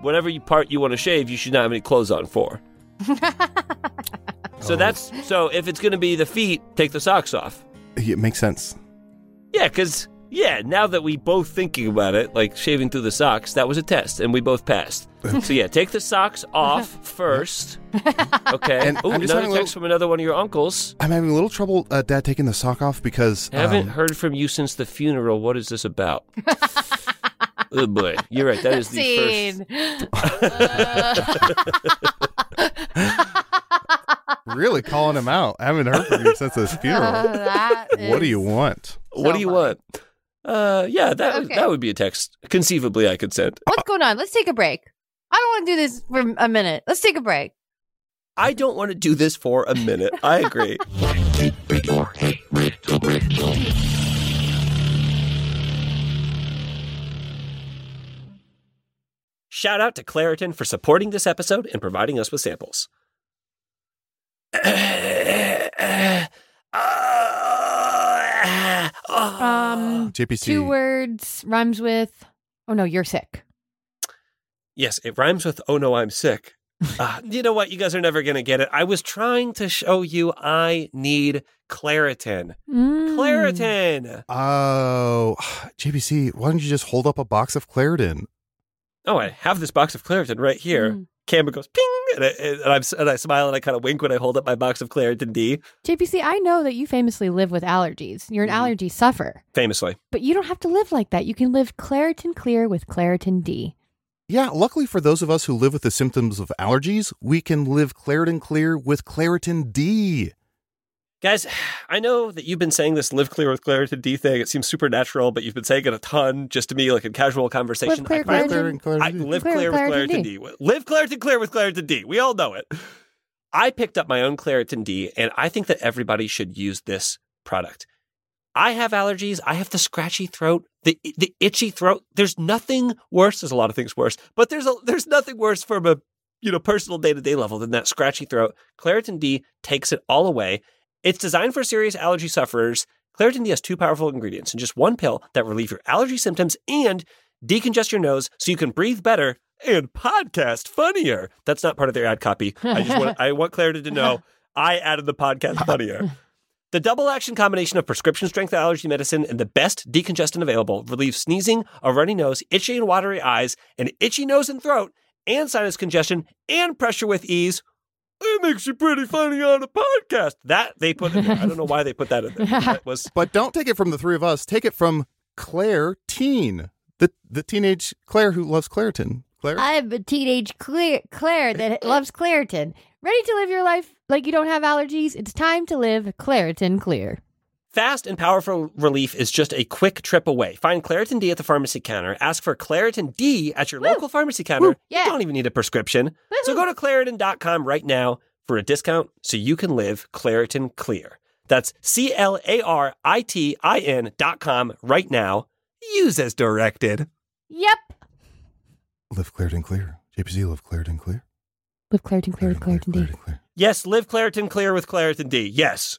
Speaker 3: whatever you part you want to shave. You should not have any clothes on for. so
Speaker 4: Oh.
Speaker 3: that's so if it's going to be the feet, take the socks off.
Speaker 4: Yeah, it makes sense.
Speaker 3: Yeah, because yeah, now that we both thinking about it, like shaving through the socks, that was a test, and we
Speaker 4: [laughs]
Speaker 3: both passed. so yeah, take the socks
Speaker 2: [laughs]
Speaker 3: off first. Okay.
Speaker 4: And
Speaker 3: Ooh,
Speaker 4: I'm just
Speaker 3: another
Speaker 4: having a
Speaker 3: text
Speaker 4: little-
Speaker 3: from another one of your uncles.
Speaker 4: I'm having a little trouble, uh, Dad, taking the sock off because
Speaker 3: Haven't
Speaker 4: um,
Speaker 3: heard from you since the funeral. What is
Speaker 2: [laughs]
Speaker 3: this about? oh boy, you're right. That is the first.
Speaker 2: Scene. [laughs]
Speaker 4: really calling him out. I haven't heard from you since his funeral.
Speaker 2: Uh, That
Speaker 4: what do
Speaker 2: is-
Speaker 4: you want?
Speaker 3: what do you
Speaker 2: funny.
Speaker 3: want? Uh, yeah, that
Speaker 2: Okay.
Speaker 3: that would be a text. Conceivably, I could send.
Speaker 2: What's going on? Let's take a break. I don't want to do this for a minute. Let's take a break.
Speaker 3: I don't want to do this for a minute. I agree. Shout out to Claritin for supporting this episode and providing us with samples.
Speaker 2: Um,
Speaker 4: JPC.
Speaker 2: two words rhymes with. Oh no, you're sick.
Speaker 3: Yes, it rhymes with "Oh no, I'm sick." Uh, you know what? You guys are never gonna get it. I was trying to show you I need Claritin.
Speaker 2: Mm.
Speaker 3: Claritin.
Speaker 4: Oh, JPC, why don't you just hold up a box of Claritin?
Speaker 3: Oh, I have this box of Claritin right here.
Speaker 2: Mm.
Speaker 3: Camera goes ping, and I, and, I'm, and I smile and I kind of wink when I hold up my box of Claritin D.
Speaker 2: JPC, I know that you famously live with allergies. You're an
Speaker 3: Mhm.
Speaker 2: allergy sufferer,
Speaker 3: Famously,
Speaker 2: but you don't have to live like that. You can live Claritin Clear with Claritin D.
Speaker 4: Yeah, luckily for those of us who live with the symptoms of allergies, we can live Claritin clear with Claritin D.
Speaker 3: guys, I know that you've been saying this "Live Clear with Claritin D" thing. It seems supernatural, but you've been saying it a ton, just to me, like in casual conversation.
Speaker 2: Live clear,
Speaker 3: I finally-
Speaker 2: Claritin-
Speaker 4: Claritin
Speaker 3: I live
Speaker 2: Clear
Speaker 3: clear,
Speaker 2: with
Speaker 3: with
Speaker 2: Claritin
Speaker 3: Claritin D.
Speaker 2: D.
Speaker 3: Live Claritin clear with Claritin D. We all know it. I picked up my own Claritin D, and I think that everybody should use this product. I have allergies. I have the scratchy throat, the the itchy throat. There's nothing worse. There's a lot of things worse, but there's a, there's nothing worse from a you know personal day to day level than that scratchy throat. Claritin D takes it all away. It's designed for serious allergy sufferers. Claritin D has two powerful ingredients in just one pill that relieve your allergy symptoms and decongest your nose so you can breathe better and podcast funnier. That's not part of their ad copy. I just want I want Claritin to know I added the podcast funnier. The double action combination of prescription strength allergy medicine and the best decongestant available relieves sneezing, a runny nose, itchy and watery eyes, an itchy nose and throat, and sinus congestion and pressure with ease. It makes you pretty funny on a podcast. That they put in there. I don't know why they put that in there. That was
Speaker 4: But don't take it from the three of us. Take it from Claire Teen, the, the teenage Claire who loves Claritin. Claire?
Speaker 2: I'm a teenage Claire, Claire that loves Claritin. Ready to live your life like you don't have allergies? It's time to live Claritin Clear.
Speaker 8: Fast and powerful relief is just a quick trip away. Find Claritin D at the pharmacy counter. Ask for Claritin D at your local pharmacy counter.
Speaker 2: Yeah.
Speaker 8: You don't even need a prescription. So go to Claritin.com right now for a discount so you can live Claritin clear. That's C L A R I T I N.com right now. Use as directed.
Speaker 2: Yep.
Speaker 4: Live cleared and clear. JPZ, live cleared and clear.
Speaker 2: Live Claritin, Claritin, Claritin D.
Speaker 4: cleared and clear.
Speaker 8: Yes, live Claritin clear with Claritin D. Yes.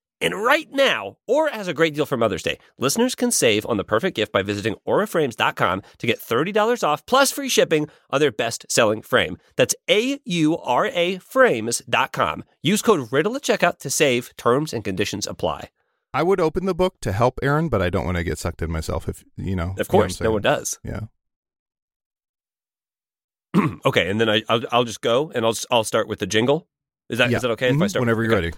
Speaker 8: And right now, Aura has a great deal for Mother's Day. Listeners can save on the perfect gift by visiting auraframes.com to get $30 off plus free shipping on their best-selling frame. That's A-U-R-A frames.com. Use code RIDDLE at checkout to save. Terms and conditions apply.
Speaker 4: I would open the book to help Aaron, but I don't want to get sucked in myself. If you know,
Speaker 8: Of course, no one
Speaker 4: does.
Speaker 8: does.
Speaker 4: Yeah.
Speaker 8: Hmm, okay, and then I I'll, I'll just go and I'll s- I'll start with the jingle. Is that is
Speaker 4: Yeah.
Speaker 8: that okay if I
Speaker 4: Mhm.
Speaker 8: start
Speaker 4: Whenever
Speaker 8: with-
Speaker 4: you're
Speaker 8: okay.
Speaker 4: ready.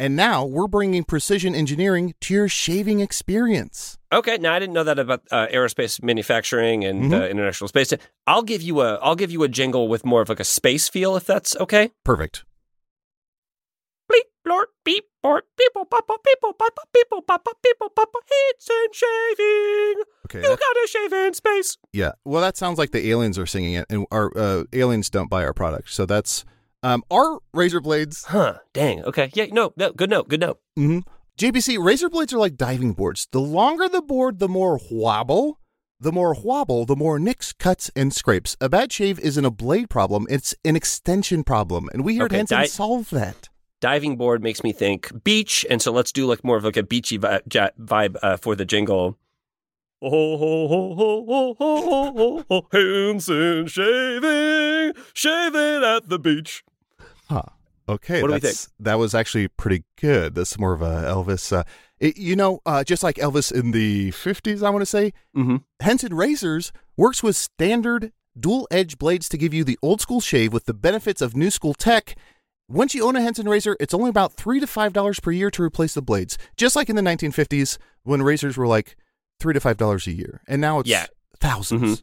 Speaker 4: And now we're bringing precision engineering to your shaving experience.
Speaker 8: Okay, now I didn't know that about uh, aerospace manufacturing and uh, international space. Sta- I'll give you a I'll give you a jingle with more of like a space feel if that's okay.
Speaker 4: Perfect.
Speaker 8: Bleep, blort, beep, bort, people, papa, people, papa, people, papa, people, papa, heats and shaving.
Speaker 4: Okay.
Speaker 8: You
Speaker 4: that-
Speaker 8: gotta shave in space.
Speaker 4: yeah. Well, that sounds like the aliens are singing it, and our uh, aliens don't buy our product. So that's um, our razor blades
Speaker 8: Huh, dang, okay. Yeah, no, no, good note, good note.
Speaker 4: hmm JBC, razor blades are like diving boards. The longer the board, the more wobble. The more wobble, the more nicks, cuts, and scrapes. A bad shave isn't a blade problem, it's an extension problem. And we here
Speaker 8: Okay,
Speaker 4: at Henson
Speaker 8: di-
Speaker 4: solve that.
Speaker 8: Diving board makes me think beach, and so let's do like more of like a beachy vi- ja- vibe uh, for the jingle. Oh, oh, oh, oh, oh, oh, oh, oh, hands and shaving, shaving at the beach.
Speaker 4: Huh. Okay,
Speaker 8: What do we
Speaker 4: that's, that was actually pretty good. That's more of a Elvis. Uh, it, you know, uh, just like Elvis in the 50s, I want to say,
Speaker 8: Mm-hmm.
Speaker 4: Henson Razors works with standard dual edge blades to give you the old school shave with the benefits of new school tech. Once you own a Henson razor, it's only about three to five dollars per year to replace the blades. Just like in the 1950s when razors were like three to five dollars a year, and now it's
Speaker 8: Yeah. Mm-hmm.
Speaker 4: 1000s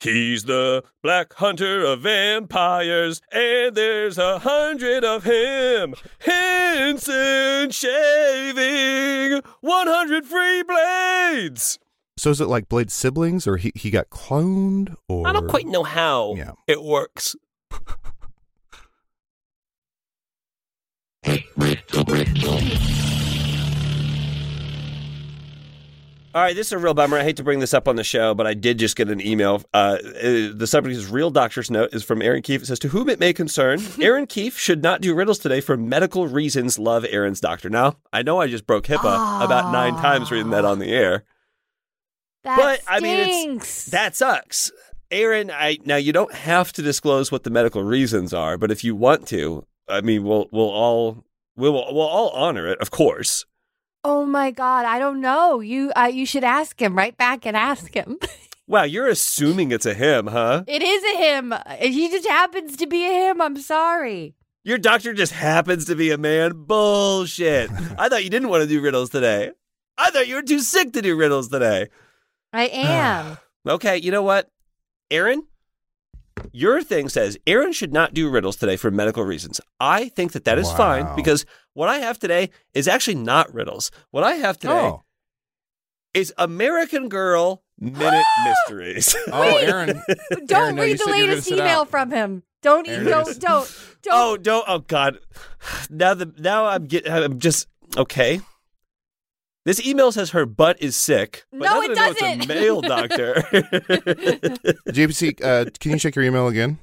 Speaker 8: He's the black hunter of vampires, and there's a hundred of him. Henson shaving 100 free blades.
Speaker 4: So is it like Blade siblings or he, he got cloned or
Speaker 8: I don't quite know how
Speaker 4: Yeah.
Speaker 8: it works. All right, this is a real bummer. I hate to bring this up on the show, but I did just get an email. Uh, uh, the subject is "Real Doctor's Note" is from Aaron Keefe. It says, "To whom it may [laughs] concern, Aaron Keefe should not do riddles today for medical reasons. Love Aaron's doctor." Now, I know I just broke HIPAA about nine times reading that on the air.
Speaker 2: That
Speaker 8: But,
Speaker 2: stinks.
Speaker 8: I mean, it's- That sucks. Aaron, I now you don't have to disclose what the medical reasons are, but if you want to, I mean, we'll we'll all we'll we'll all honor it, of course.
Speaker 2: oh my god, I don't know. You uh, you should ask him right back and ask him. [laughs]
Speaker 8: Wow, you're assuming it's a him, huh?
Speaker 2: it is a him. Uh, He just happens to be a him. I'm sorry.
Speaker 8: Your doctor just happens to be a man. Bullshit. I thought you didn't want to do riddles today. I thought you were too sick to do riddles today.
Speaker 4: [sighs]
Speaker 2: I am.
Speaker 8: Okay, you know what? Aaron, your thing says Aaron should not do riddles today for medical reasons. I think that that is
Speaker 4: Wow.
Speaker 8: fine because what I have today is actually not riddles. What I have today
Speaker 4: Oh.
Speaker 8: is American Girl Minute Mysteries. [laughs]
Speaker 4: Oh, Aaron.
Speaker 2: don't
Speaker 4: Aaron, no, you
Speaker 2: read the
Speaker 4: said you were gonna
Speaker 2: latest
Speaker 4: sit
Speaker 2: email
Speaker 4: out.
Speaker 2: from him. Don't
Speaker 4: Aaron,
Speaker 2: don't
Speaker 4: you
Speaker 2: don't
Speaker 4: just-
Speaker 2: don't.
Speaker 4: [laughs]
Speaker 8: Oh, don't. Oh, God. Now the now I'm get. I'm just okay. This email says her butt is sick. But
Speaker 2: No,
Speaker 8: now
Speaker 2: it
Speaker 8: that I know It's a
Speaker 2: doesn't.
Speaker 8: male doctor. [laughs]
Speaker 4: JPC, uh, can you check your email again?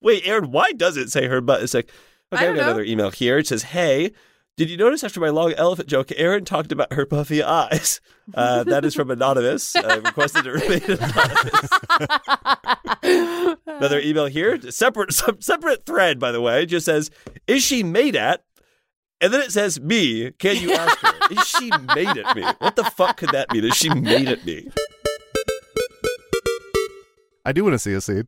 Speaker 8: Wait, Aaron, why does it say her butt is sick?
Speaker 2: I
Speaker 8: Okay, I've
Speaker 2: don't
Speaker 8: got
Speaker 2: know.
Speaker 8: another email here. It says, "Hey, did you notice after my long elephant joke, Aaron talked about her
Speaker 2: [laughs]
Speaker 8: puffy eyes?" Uh, that is from anonymous. I requested it remain anonymous.
Speaker 4: Oh.
Speaker 2: [laughs]
Speaker 8: Another email here, separate some, separate thread, by the way, It just says, "Is she made at?" And then it says, "Me, can you ask
Speaker 2: [laughs]
Speaker 8: her? Is she made at me? What the fuck could that mean? Is she made at me?"
Speaker 4: I do want to see a scene.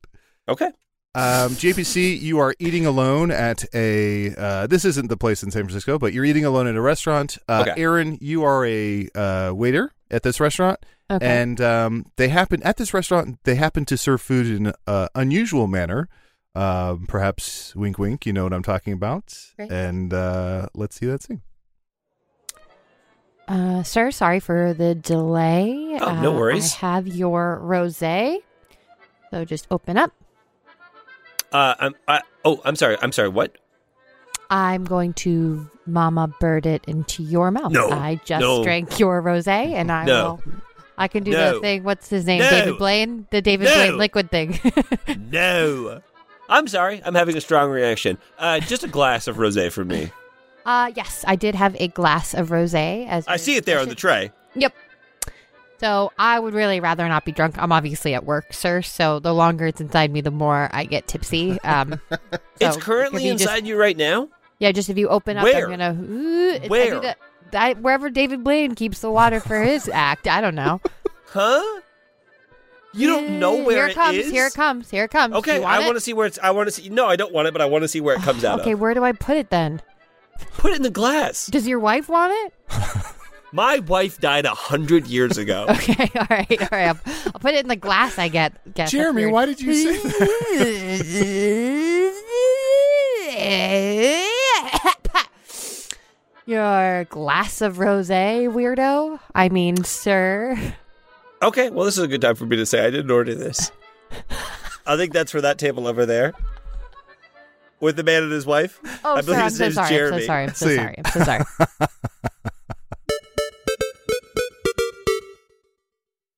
Speaker 8: Okay.
Speaker 4: Um, JPC, you are eating alone at a. Uh, this isn't the place in San Francisco, but you're eating alone at a restaurant. Uh,
Speaker 8: Okay.
Speaker 4: Aaron, you are a uh, waiter at this restaurant, and um, they happen at this restaurant. They happen to serve food in an uh, unusual manner. Um, perhaps wink, wink. You know what I'm talking about.
Speaker 2: Great.
Speaker 4: And uh, let's see that scene.
Speaker 2: Uh, sir, sorry for the delay.
Speaker 8: Oh, no
Speaker 2: Uh,
Speaker 8: worries.
Speaker 2: I have your rosé. So just open up.
Speaker 8: Uh, I'm. I, oh, I'm sorry. I'm sorry. What?
Speaker 2: I'm going to mama bird it into your mouth.
Speaker 8: No.
Speaker 2: I just
Speaker 8: No.
Speaker 2: drank your rosé and I
Speaker 8: No.
Speaker 2: will I can do
Speaker 8: No.
Speaker 2: the thing. What's his name?
Speaker 8: No.
Speaker 2: David Blaine? The David
Speaker 8: No.
Speaker 2: Blaine liquid thing. [laughs]
Speaker 8: No. I'm sorry. I'm having a strong reaction. Uh, just a glass of rosé for me.
Speaker 2: uh yes, I did have a glass of rosé as
Speaker 8: I
Speaker 2: your
Speaker 8: see it there on the
Speaker 2: discussion.
Speaker 8: tray.
Speaker 2: Yep. So I would really rather not be drunk. I'm obviously at work, sir. So the longer it's inside me, the more I get tipsy.
Speaker 8: [laughs]
Speaker 2: Um, so
Speaker 8: it's
Speaker 2: if
Speaker 8: currently
Speaker 2: you just-
Speaker 8: inside you right now.
Speaker 2: yeah, just if you open up,
Speaker 8: Where?
Speaker 2: I'm gonna ooh, it's- I do
Speaker 8: Where?
Speaker 2: that- that- wherever David Blaine keeps the water for his act. I don't know.
Speaker 8: Huh? You don't know where
Speaker 2: Mm, here
Speaker 8: it
Speaker 2: comes,
Speaker 8: is?
Speaker 2: Here it comes. Here it comes. Do
Speaker 8: Okay,
Speaker 2: you want
Speaker 8: I want to see where it's. I want to see. No, I don't want it, but I want to see where it comes out
Speaker 2: Okay,
Speaker 8: of.
Speaker 2: where do I put it then?
Speaker 8: Put it in the glass.
Speaker 2: Does your wife want it?
Speaker 8: My wife died a hundred
Speaker 2: [laughs]
Speaker 8: years ago.
Speaker 2: Okay, all right, all right. I'll, I'll put it in the glass. I get. Guess that's
Speaker 4: Jeremy,
Speaker 2: weird.
Speaker 4: why did you say that?
Speaker 2: [laughs] Your glass of rosé, weirdo. I mean,
Speaker 8: [laughs]
Speaker 2: sir.
Speaker 8: Okay, well, this is a good time for me to say I didn't order this. I think that's for that table over there. With the man and his wife.
Speaker 2: Oh,
Speaker 8: I
Speaker 2: sir,
Speaker 8: believe
Speaker 2: I'm
Speaker 8: his
Speaker 2: so
Speaker 8: name's
Speaker 2: sorry. I'm
Speaker 8: Jeremy.
Speaker 2: so sorry. I'm so
Speaker 4: See.
Speaker 2: sorry. I'm so sorry.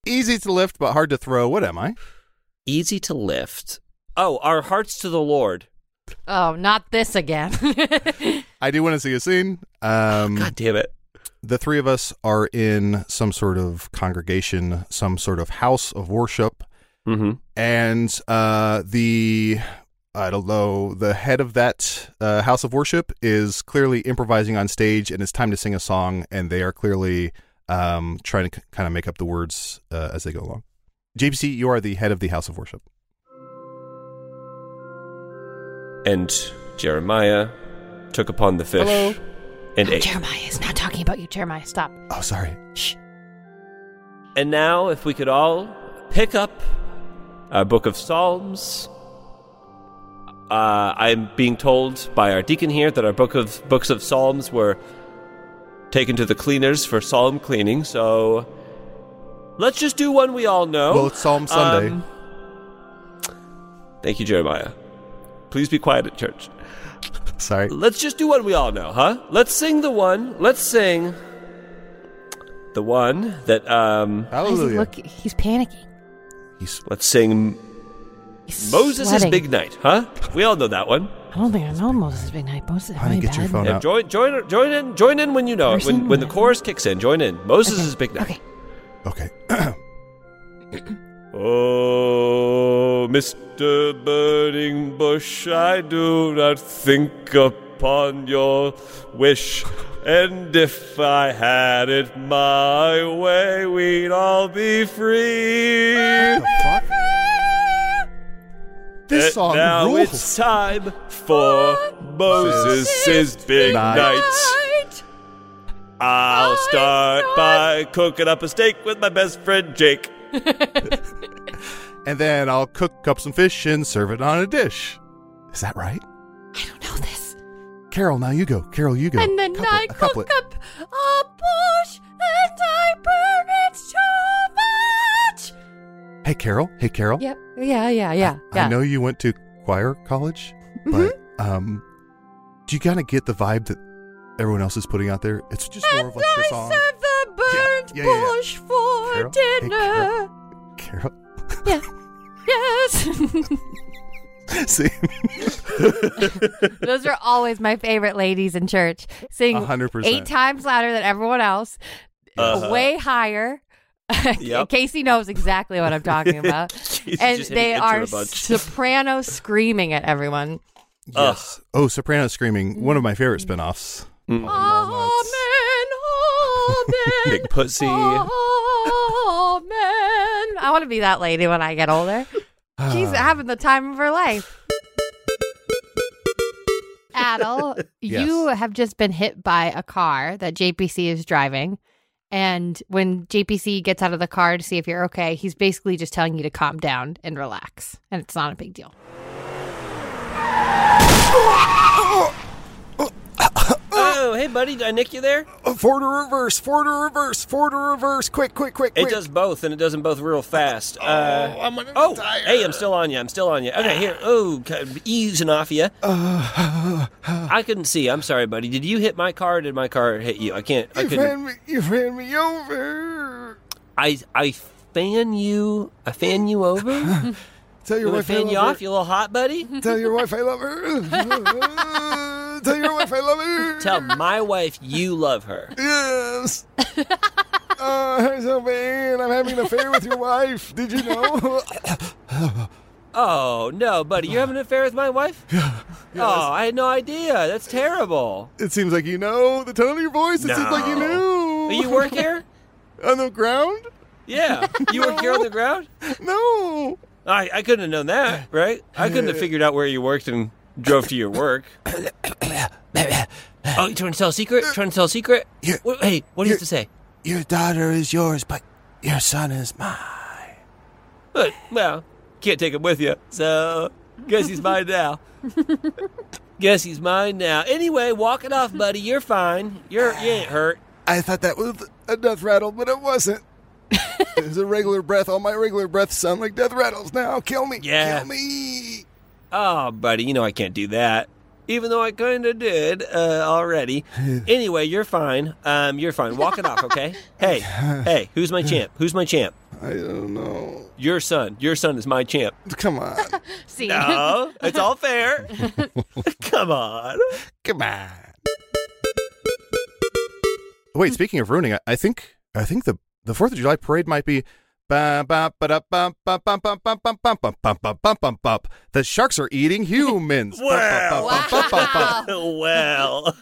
Speaker 4: Easy to lift, but hard to throw. What am I?
Speaker 8: Easy to lift. Oh, our hearts to the Lord.
Speaker 2: Oh, not this again. [laughs]
Speaker 4: I do want to see a scene.
Speaker 2: Oh,
Speaker 4: Um,
Speaker 8: God damn it.
Speaker 4: the three of us are in some sort of congregation, some sort of house of worship,
Speaker 3: Mm-hmm.
Speaker 4: and uh, the I don't know the head of that uh, house of worship is clearly improvising on stage, and it's time to sing a song, and they are clearly um, trying to kind of make up the words uh, as they go along. JPC, you are the head of the house of worship.
Speaker 3: And Jeremiah took upon the fish
Speaker 2: Hello.
Speaker 3: and ate.
Speaker 2: Jeremiah is not talking about you, Jeremiah. Stop.
Speaker 4: Oh, sorry.
Speaker 3: And now, if we could all pick up our book of Psalms. Uh, I'm being told by our deacon here that our book of books of Psalms were taken to the cleaners for psalm cleaning. So let's just do one we all know.
Speaker 4: Well, it's Psalm Sunday.
Speaker 3: Um, thank you, Jeremiah. Please be quiet at church.
Speaker 4: Sorry.
Speaker 3: Let's just do one we all know, huh? Let's sing the one. Let's sing the one that um.
Speaker 2: Why does he
Speaker 4: Hallelujah.
Speaker 2: look, he's panicking.
Speaker 4: He's
Speaker 3: Let's sing
Speaker 2: He's
Speaker 3: Moses'
Speaker 2: sweating.
Speaker 3: Big Night, huh? We all know that one.
Speaker 2: I don't think I know Moses' Big Night. Moses is
Speaker 4: Honey,
Speaker 2: really
Speaker 4: get your
Speaker 2: bad.
Speaker 4: phone. Oh,
Speaker 3: Yeah,
Speaker 4: no.
Speaker 3: join, join, join in, join in when you know it.
Speaker 2: Person
Speaker 3: When, when the
Speaker 2: with-
Speaker 3: chorus kicks in, join in. Moses'
Speaker 2: Okay,
Speaker 3: Big Night.
Speaker 2: Okay.
Speaker 4: okay. [clears throat]
Speaker 3: Oh, Mr. Burning Bush, I do not think upon your wish. And if I had it my way, we'd all be free.
Speaker 4: This
Speaker 3: And
Speaker 4: song
Speaker 3: now
Speaker 4: rules.
Speaker 3: Uh, it's time for Moses' Big
Speaker 4: Night.
Speaker 3: Night. I'll start by cooking up a steak with my best friend Jake.
Speaker 4: and then I'll cook up some fish and serve it on a dish. Is that right?
Speaker 2: I don't know this.
Speaker 4: Carol, now you go. Carol, you go.
Speaker 2: And then
Speaker 4: Couplet,
Speaker 2: I
Speaker 4: a
Speaker 2: cook
Speaker 4: couplet.
Speaker 2: up a bush and I burn it so much.
Speaker 4: Hey, Carol. Hey, Carol.
Speaker 2: Yep. Yeah, yeah, yeah. yeah. Mm-hmm.
Speaker 4: I know you went to choir college, but um, do you kind of get the vibe that everyone else is putting out there? It's just more of like the song.
Speaker 2: the
Speaker 4: burnt Yeah, yeah, yeah. bush
Speaker 2: for
Speaker 4: Carol? Hey, Carol. Carol, [laughs]
Speaker 2: Yeah. Yes. [laughs]
Speaker 4: see,
Speaker 2: Those are always my favorite ladies in church. Sing
Speaker 4: 100%.
Speaker 2: eight times louder than everyone else,
Speaker 3: Uh-huh.
Speaker 2: way higher. [laughs]
Speaker 3: Yep.
Speaker 2: Casey knows exactly what I'm
Speaker 3: [laughs]
Speaker 2: talking about. and
Speaker 3: just hitting
Speaker 2: they
Speaker 3: enter
Speaker 2: are
Speaker 3: a bunch.
Speaker 2: soprano screaming at
Speaker 3: [laughs]
Speaker 2: everyone.
Speaker 4: yes. Oh, Soprano Screaming, one of my favorite spinoffs.
Speaker 3: Oh,
Speaker 2: Amen. Amen.
Speaker 3: [laughs] Big pussy.
Speaker 2: Oh. Amen. I want to be that lady when I get older.
Speaker 3: [sighs]
Speaker 2: She's having the time of her life.
Speaker 3: [laughs]
Speaker 2: Adel, you have just been hit by a car that JPC is driving. And when JPC gets out of the car to see if you're okay, he's basically just telling you to calm down and relax. And it's not a big deal.
Speaker 3: Oh, hey, buddy, did I nick you there?
Speaker 4: Uh, forward or reverse, forward or reverse, forward or reverse. Quick, quick, quick,
Speaker 3: It
Speaker 4: quick.
Speaker 3: does both, and it does them both real fast. Uh, oh, I'm oh hey, I'm still on you. I'm still on you. Okay, here. Oh, kind of easing off you. I couldn't see. I'm sorry, buddy. Did you hit my car or did my car hit you? I can't. I
Speaker 4: you
Speaker 3: couldn't.
Speaker 4: ran me, you ran me over.
Speaker 3: I, I fan you. I fan you over? You
Speaker 4: Tell your
Speaker 3: want me
Speaker 4: wife I
Speaker 3: to fan you
Speaker 4: love
Speaker 3: off,
Speaker 4: her.
Speaker 3: you little hot buddy?
Speaker 4: Tell
Speaker 3: [laughs]
Speaker 4: your wife I love her. Tell your wife I love her.
Speaker 3: Tell my wife you love her. [laughs]
Speaker 4: Yes. Oh, I'm so bad. I'm having an affair with your wife. Did you
Speaker 3: [laughs]
Speaker 4: know?
Speaker 3: Oh no, buddy, you're having an affair with my wife? Oh, I had no idea. That's terrible.
Speaker 4: it seems like you know the tone of your voice. It seems like you
Speaker 3: No.
Speaker 4: knew.
Speaker 3: But you work here?
Speaker 4: on the ground?
Speaker 3: Yeah. You work here on the ground?
Speaker 4: No.
Speaker 3: I, I couldn't have known that, right? I couldn't have figured out where you worked and drove to your work. oh, you trying to tell a secret? Trying to tell a secret?
Speaker 4: Yeah.
Speaker 3: Wh- Hey, what do you have to say?
Speaker 4: Your daughter is yours, but your son is mine.
Speaker 3: Look, well, can't take him with you, so guess he's mine [laughs] now. guess he's mine now. Anyway, walk it off, buddy. You're fine. You're you ain't hurt.
Speaker 4: I thought that was a death rattle, but it wasn't. it was a regular breath. All my regular breaths sound like death rattles now. Kill me.
Speaker 3: Yeah.
Speaker 4: Kill me.
Speaker 3: Oh, buddy, you know I can't do that. Even though I kind of did uh, already. anyway, you're fine. Um, you're fine. Walk it off, okay? Hey, hey, who's my champ? Who's my champ?
Speaker 4: I don't know.
Speaker 3: Your son. Your son is my [laughs] champ.
Speaker 4: Come on.
Speaker 2: See?
Speaker 3: No, Oh, it's all [laughs] fair. Come on.
Speaker 4: Come on. wait, speaking of ruining, I, I think I think the the Fourth of July parade might be. ba ba ba da bum bum bum bum bum bum bum bum bum bum bum bum bum. The sharks are eating
Speaker 3: [laughs]
Speaker 4: humans. Bum, bum, bum, bum, bum, bum, bum.
Speaker 3: well,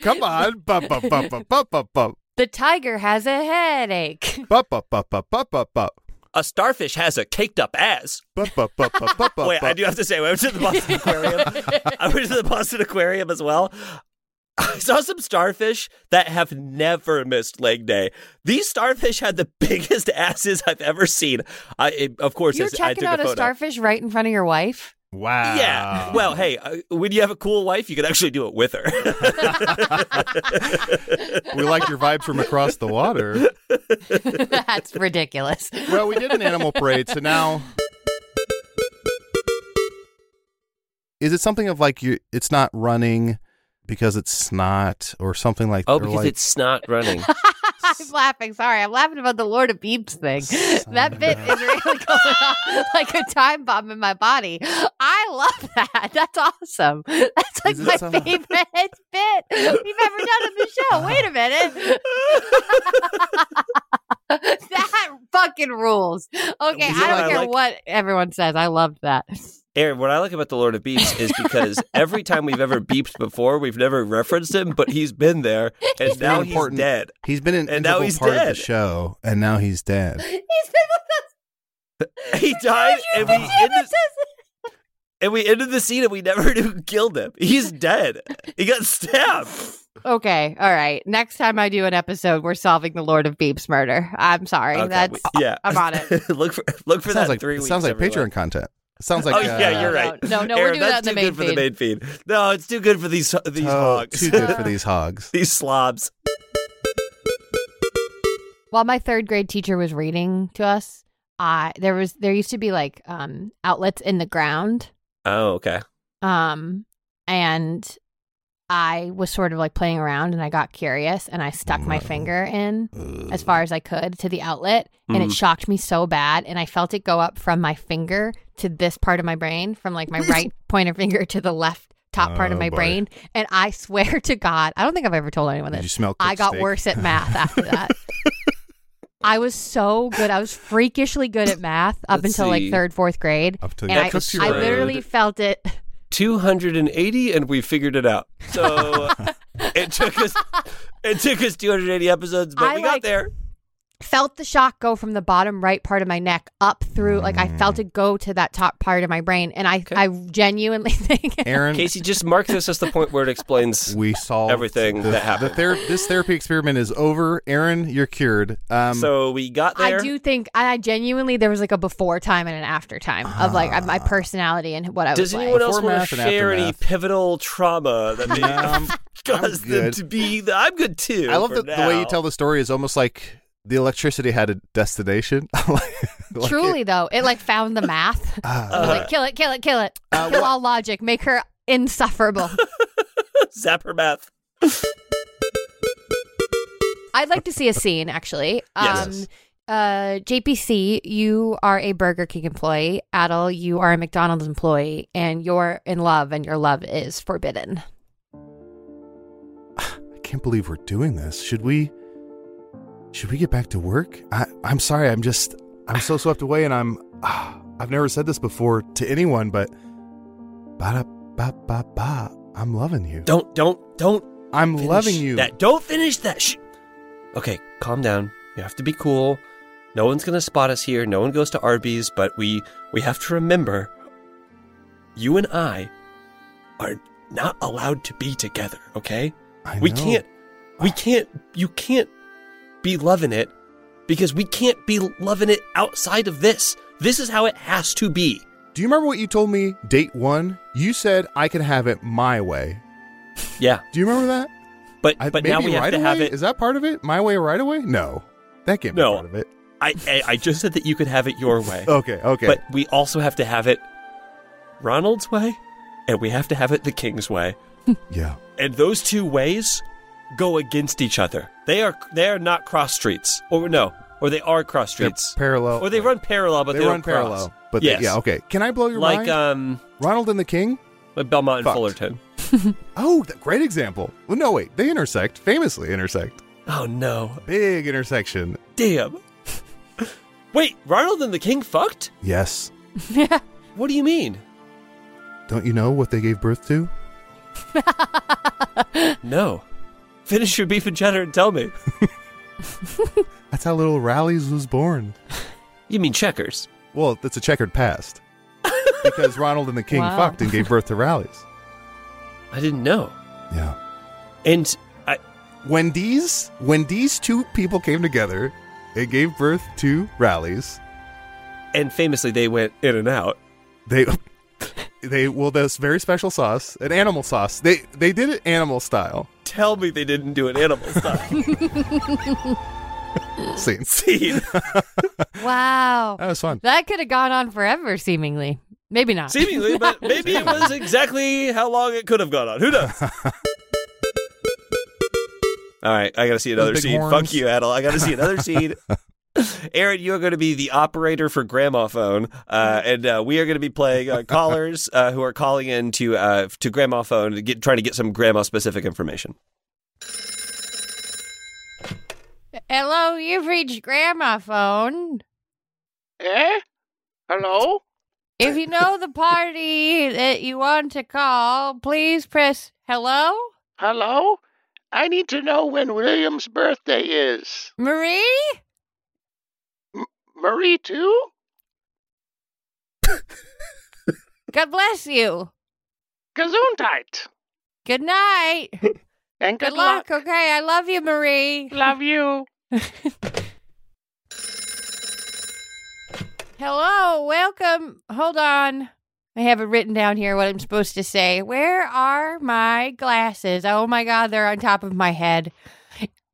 Speaker 4: Come on. Bum, bum, bum, bum, bum, bum, bum.
Speaker 2: [laughs] The tiger has a headache.
Speaker 4: Bum, bum, bum, bum, bum, bum, bum.
Speaker 3: a starfish has a caked up ass.
Speaker 4: Bum, bum, bum, bum, bum, bum,
Speaker 3: Wait, I
Speaker 4: bum.
Speaker 3: do have to say, I went to the [laughs] Boston Aquarium. I went to the Boston Aquarium as well. I saw some starfish that have never missed leg day. These starfish had the [laughs] biggest asses I've ever seen. I, it- of course,
Speaker 2: You're
Speaker 3: it's- I
Speaker 2: checking
Speaker 3: took
Speaker 2: out
Speaker 3: a
Speaker 2: a,
Speaker 3: photo.
Speaker 2: starfish right in front of your wife. [laughs]
Speaker 4: Wow.
Speaker 3: Yeah. Well, hey, uh, when you have a cool wife, you can actually do it with her.
Speaker 4: [laughs] we like your vibe from across the water.
Speaker 3: [laughs]
Speaker 2: That's ridiculous.
Speaker 4: Well, we did an animal parade, so now is it something of like you? It's not running because it's snot or something like. or like,
Speaker 3: Oh, not running.
Speaker 2: I'm laughing. Sorry, I'm laughing about the Lord of Beeps thing. That bit is really [laughs] going on like a time bomb in my body. I love that. That's awesome. That's like
Speaker 4: Is it
Speaker 2: my
Speaker 4: some-
Speaker 2: favorite [laughs] bit we've ever done on the show. Wait a minute. [laughs] that fucking rules. Okay,
Speaker 3: You know
Speaker 2: I
Speaker 3: what I
Speaker 2: don't care
Speaker 3: like?
Speaker 2: what everyone says. I loved that. [laughs]
Speaker 3: Aaron, what I like about the Lord of Beeps is because every time we've ever beeped before, we've never referenced him, but he's been there, and
Speaker 4: really
Speaker 3: now he's
Speaker 4: important.
Speaker 3: dead. [laughs]
Speaker 4: He's been an
Speaker 3: And now
Speaker 4: integral
Speaker 3: he's
Speaker 4: part of
Speaker 3: dead.
Speaker 4: the show, and now he's dead.
Speaker 2: He's been with us.
Speaker 3: He died, and we
Speaker 2: since
Speaker 3: ended,
Speaker 2: this-
Speaker 3: and we ended the scene, and we never [laughs] knew who killed him. He's dead. He got stabbed.
Speaker 2: Okay, all right. Next time I do an episode, we're solving the Lord of Beeps murder. I'm sorry.
Speaker 3: Okay,
Speaker 2: That's
Speaker 3: we- [laughs] yeah.
Speaker 2: I'm on it.
Speaker 3: [laughs] look for look for
Speaker 4: sounds
Speaker 3: that
Speaker 4: like
Speaker 3: three
Speaker 4: it
Speaker 3: weeks.
Speaker 4: sounds like
Speaker 3: everyone.
Speaker 4: Patreon content. It sounds like
Speaker 3: Oh yeah,
Speaker 4: uh,
Speaker 3: you're right.
Speaker 2: No, no, no, we're
Speaker 3: Aaron,
Speaker 2: doing that
Speaker 3: that's
Speaker 2: in the main
Speaker 3: too good for the main feed. No, it's too good for these these
Speaker 4: oh,
Speaker 3: hogs,
Speaker 4: Too
Speaker 3: [laughs]
Speaker 4: good for these hogs.
Speaker 3: these slobs.
Speaker 2: while my third grade teacher was reading to us, I there was there used to be like um outlets in the ground.
Speaker 3: [laughs] Oh, okay.
Speaker 2: Um and I was sort of like playing around and I got curious and I stuck my finger in as far as I could to the outlet and
Speaker 4: Mm-hmm.
Speaker 2: it shocked me so bad and I felt it go up from my finger to this part of my brain from like my
Speaker 4: [laughs]
Speaker 2: right pointer finger to the left top part of
Speaker 4: Oh,
Speaker 2: my
Speaker 4: boy.
Speaker 2: brain and I swear to God, I don't think I've ever told anyone
Speaker 4: Did
Speaker 2: this.
Speaker 4: you smell?
Speaker 2: I
Speaker 4: cooked
Speaker 2: got
Speaker 4: steak?
Speaker 2: worse at math after
Speaker 4: [laughs]
Speaker 2: that. I was so good. I was freakishly good at math up
Speaker 3: Let's
Speaker 2: until
Speaker 3: see.
Speaker 2: like third, fourth grade.
Speaker 4: Up to
Speaker 2: And I,
Speaker 3: cooked your
Speaker 2: I
Speaker 3: brain.
Speaker 2: literally felt it.
Speaker 3: 280 and we figured it out. So it took us it took us 280 episodes, but
Speaker 2: I
Speaker 3: we got
Speaker 2: like-
Speaker 3: there.
Speaker 2: Felt the shock go from the bottom right part of my neck up through, like I felt
Speaker 3: Mm.
Speaker 2: it go to that top part of my brain, and I, I genuinely [laughs] think
Speaker 4: Aaron,
Speaker 3: Casey, just mark this as the point where it explains.
Speaker 4: we solved
Speaker 3: Everything
Speaker 4: the, [laughs]
Speaker 3: that happened.
Speaker 4: The ther- this therapy experiment is over. Aaron, you're cured. Um,
Speaker 3: so we got
Speaker 2: I
Speaker 3: there.
Speaker 2: do think I genuinely there was like a before time and an after time of like my personality and what I was
Speaker 3: Ah. Does
Speaker 2: like.
Speaker 3: anyone else
Speaker 4: Before
Speaker 3: want
Speaker 4: math
Speaker 3: to
Speaker 4: and
Speaker 3: share any
Speaker 4: aftermath.
Speaker 3: pivotal trauma that [laughs] may have
Speaker 4: um,
Speaker 3: caused them
Speaker 4: good.
Speaker 3: to be? The, I'm good too.
Speaker 4: I love
Speaker 3: for
Speaker 4: the, the way
Speaker 3: now.
Speaker 4: you tell the story is almost like the electricity had a destination. [laughs] Like
Speaker 2: Truly
Speaker 4: it-
Speaker 2: though, it like found the
Speaker 3: [laughs]
Speaker 2: math.
Speaker 3: Uh,
Speaker 4: ah,
Speaker 2: It was like kill it, kill it, kill it, kill all logic, make her insufferable.
Speaker 3: Zapper math.
Speaker 2: I'd like to see a scene actually. Um
Speaker 3: Yes.
Speaker 2: uh JPC, you are a Burger King employee. Adel, you are a McDonald's employee and you're in love and your love is forbidden. [laughs]
Speaker 4: I can't believe we're doing this. Should we? Should we get back to work? I, I'm sorry. I'm just. I'm so swept away, and I'm. ah, I've never said this before to anyone, but. Ba ba ba ba. I'm loving you.
Speaker 3: Don't don't don't
Speaker 4: I'm
Speaker 3: finish
Speaker 4: loving you.
Speaker 3: That don't finish that. Shh. Okay, calm down. You have to be cool. No one's gonna spot us here. No one goes to Arby's, but we we have to remember, you and I are not allowed to be together. Okay,
Speaker 4: I
Speaker 3: we
Speaker 4: know.
Speaker 3: can't. We can't. You can't be loving it because we can't be loving it outside of this. This is how it has to be.
Speaker 4: Do you remember what you told me date one? You said I could have it my way.
Speaker 3: Yeah,
Speaker 4: Do you remember that?
Speaker 3: but
Speaker 4: I-
Speaker 3: but now
Speaker 4: maybe
Speaker 3: we have
Speaker 4: right
Speaker 3: to
Speaker 4: away?
Speaker 3: have it.
Speaker 4: Is that part of it? My way, right away? No, that can't
Speaker 3: No.
Speaker 4: be part of it.
Speaker 3: I, I I just said that you could have it your way.
Speaker 4: Okay, okay.
Speaker 3: But we also have to have it Ronald's way, and we have to have it the King's way.
Speaker 4: yeah,
Speaker 3: And those two ways go against each other. They are they are not cross streets, or no, or they are cross
Speaker 4: They're
Speaker 3: streets,
Speaker 4: parallel.
Speaker 3: or they run parallel, but
Speaker 4: they,
Speaker 3: they,
Speaker 4: run
Speaker 3: don't cross.
Speaker 4: parallel. But
Speaker 3: yes.
Speaker 4: they, yeah, okay. Can I blow your
Speaker 3: like
Speaker 4: mind?
Speaker 3: um,
Speaker 4: Ronald and the King.
Speaker 3: like Belmont and
Speaker 4: Fucked.
Speaker 3: Fullerton.
Speaker 4: Oh, th- great example. Well, no, wait, they intersect. Famously intersect.
Speaker 8: Oh no.
Speaker 4: Big intersection.
Speaker 3: [laughs]
Speaker 8: Damn. Wait, Ronald and the King fucked?
Speaker 4: Yes.
Speaker 8: What do you
Speaker 4: [laughs]
Speaker 8: mean?
Speaker 4: Don't you know what they gave birth to?
Speaker 8: No. Finish your beef and cheddar and tell me.
Speaker 4: That's how Little Rallies was born.
Speaker 8: You mean checkers?
Speaker 4: Well, that's a checkered past. because Ronald and the King
Speaker 2: Wow.
Speaker 4: fucked and gave birth to Rallies.
Speaker 8: I didn't know.
Speaker 4: Yeah.
Speaker 8: And I
Speaker 4: When these when these two people came together, it gave birth to Rallies.
Speaker 8: and famously they went in and out.
Speaker 4: They [laughs] they well this very special sauce, an animal sauce. They they did it animal style.
Speaker 8: Tell me they didn't do an animal style [laughs]
Speaker 4: Scene.
Speaker 8: scene.
Speaker 2: Wow.
Speaker 4: That was fun.
Speaker 2: That could have gone on forever, seemingly. Maybe not.
Speaker 3: [laughs]
Speaker 4: [laughs]
Speaker 8: Seemingly, but maybe it was exactly how long it could have gone on. Who knows? All right, I gotta see another
Speaker 4: big
Speaker 8: scene.
Speaker 4: horns.
Speaker 8: Fuck you, Adel. I gotta
Speaker 4: [laughs]
Speaker 8: see another scene. Aaron, you are going to be the operator for Gramophone, uh, and uh, we are going to be playing uh, callers uh, who are calling in to uh, to Gramophone, to get, trying to get some grandma specific information.
Speaker 2: Hello, you've reached Grandma Phone.
Speaker 9: Eh? Hello?
Speaker 2: If you know the party that you want to call, please press hello.
Speaker 9: Hello? I need to know when William's birthday is.
Speaker 2: Marie?
Speaker 9: Marie, too?
Speaker 2: God bless you.
Speaker 9: Gesundheit.
Speaker 2: Good night. Good,
Speaker 9: And good,
Speaker 2: luck. Okay. I love you, Marie.
Speaker 9: Love you.
Speaker 2: Hello. Welcome. Hold on. I have it written down here what I'm supposed to say. Where are my glasses? Oh my God, they're on top of my head.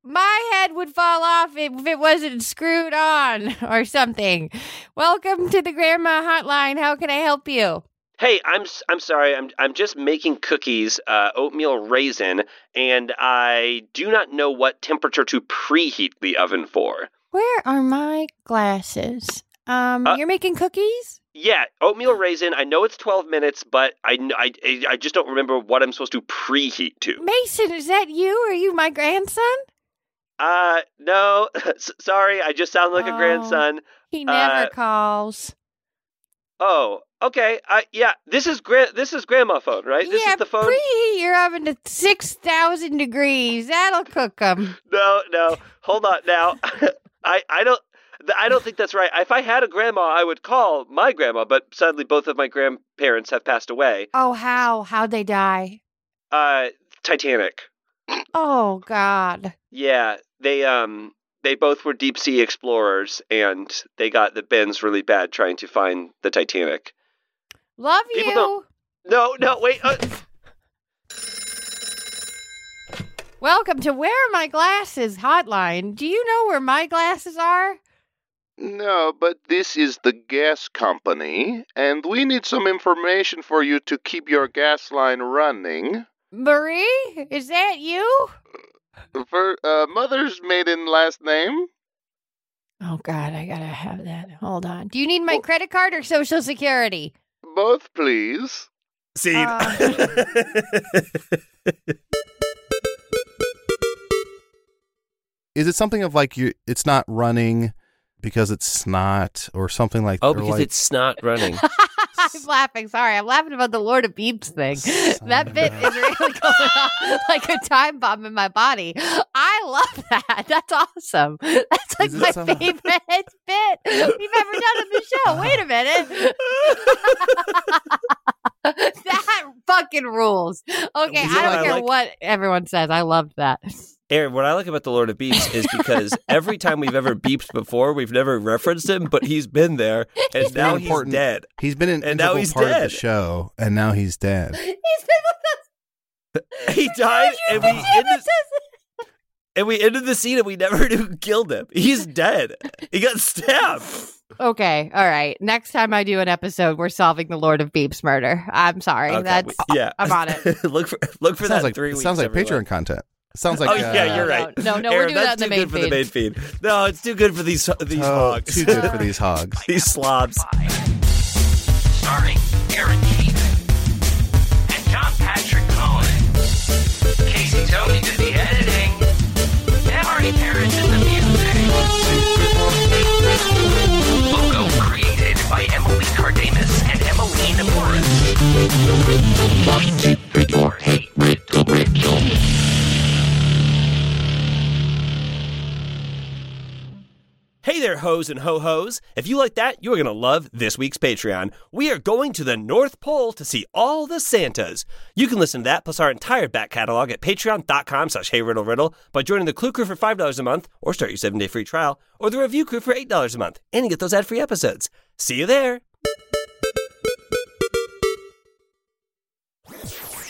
Speaker 2: My head would fall off if it wasn't screwed on [laughs] or something. Welcome to the Grandma Hotline. How can I help you?
Speaker 8: Hey, I'm s- I'm sorry. I'm I'm just making cookies, uh, oatmeal raisin, and I do not know what temperature to preheat the oven for.
Speaker 2: Where are my glasses? Um,
Speaker 8: Uh,
Speaker 2: you're making cookies?
Speaker 8: Yeah, oatmeal raisin. I know it's 12 minutes, but I kn- I I- I just don't remember what I'm supposed to preheat to.
Speaker 2: Mason, is that you? Are you my grandson?
Speaker 8: Uh, no, [laughs] s- sorry. I just sound like a
Speaker 2: Oh.
Speaker 8: grandson.
Speaker 2: He never
Speaker 8: Uh,
Speaker 2: calls.
Speaker 8: Oh, okay. I yeah, this is grand. This is grandma phone, right? This
Speaker 2: yeah,
Speaker 8: is the phone.
Speaker 2: preheat your oven to 6,000 degrees. That'll cook them.
Speaker 8: No, no. Hold on now. [laughs] I, I don't th- I don't think that's right. If I had a grandma, I would call my grandma, but sadly both of my grandparents have passed away.
Speaker 2: Oh, how? How'd they die?
Speaker 8: Uh Titanic.
Speaker 2: Oh, God.
Speaker 8: Yeah, they um they both were deep sea explorers and they got the bends really bad trying to find the Titanic.
Speaker 2: Love
Speaker 8: People
Speaker 2: you.
Speaker 8: don't- No, no, wait. Uh,
Speaker 2: Welcome to Where Are My Glasses Hotline. Do you know where my glasses are?
Speaker 9: No, but this is the gas company, and we need some information for you to keep your gas line running.
Speaker 2: Marie, is that you?
Speaker 9: For uh, mother's maiden last name?
Speaker 2: Oh, God, I gotta have that. Hold on. Do you need my credit card or Social Security?
Speaker 9: Both, please.
Speaker 8: scene.
Speaker 2: Ah.
Speaker 3: [laughs]
Speaker 4: Is it something of like you it's not running because it's snot or something like
Speaker 8: Oh,
Speaker 4: or like-
Speaker 8: not running.
Speaker 2: [laughs] I'm laughing. Sorry, I'm laughing about the Lord of Beeps
Speaker 8: [laughs]
Speaker 2: thing. That bit is really going off like a time bomb in my body. I love that. That's awesome. That's like
Speaker 4: Is it
Speaker 2: my
Speaker 4: some-
Speaker 2: favorite [laughs] bit we've ever done on the show. Wait a minute. [laughs] that fucking rules. Okay, I
Speaker 8: You know what I
Speaker 2: don't care
Speaker 8: like?
Speaker 2: what everyone says. I loved that. [laughs]
Speaker 8: Aaron, what I like about the Lord of Beeps is because every time we've ever beeped before, we've never referenced him, but he's been there, and
Speaker 4: been
Speaker 8: now he's
Speaker 4: important.
Speaker 8: dead.
Speaker 4: He's been an
Speaker 8: And
Speaker 4: integral
Speaker 8: now he's
Speaker 4: part
Speaker 8: dead.
Speaker 4: of the show, and now he's dead.
Speaker 2: He's been with us. [laughs]
Speaker 8: He died, and we ended,
Speaker 2: Pajamas is-
Speaker 8: and we ended the scene, and we never [laughs] knew who killed him. He's dead. He got stabbed.
Speaker 2: Okay, all right. Next time I do an episode, we're solving the Lord of Beeps murder. I'm sorry.
Speaker 8: Okay,
Speaker 2: That's
Speaker 8: we- yeah.
Speaker 2: I'm on it.
Speaker 8: [laughs] look for look for
Speaker 4: sounds
Speaker 8: that
Speaker 4: like
Speaker 8: three
Speaker 4: it
Speaker 8: weeks.
Speaker 4: sounds like
Speaker 8: everyone.
Speaker 4: Patreon content. It sounds like
Speaker 8: Oh
Speaker 4: uh,
Speaker 8: yeah, you're right.
Speaker 2: No, no, no, we're
Speaker 8: Aaron,
Speaker 2: doing
Speaker 8: that's
Speaker 2: that in the
Speaker 8: too good for the main feed. No, it's too good for these these
Speaker 4: oh,
Speaker 8: hogs. [laughs]
Speaker 4: Too good for these hogs.
Speaker 8: these slobs.
Speaker 5: Starring Aaron Keith and John Patrick Cohen. Casey Tony did the editing. And Marty
Speaker 3: hoes and ho hos. If you like that, you are going to love this week's Patreon. We are going to the North Pole to see all the Santas. You can listen to that plus our entire back catalog at patreon.com slash hey riddle riddle by joining the Clue Crew for $5 a month or start your 7-day free trial or the Review Crew for $8 a month and you get those ad-free episodes. See you there.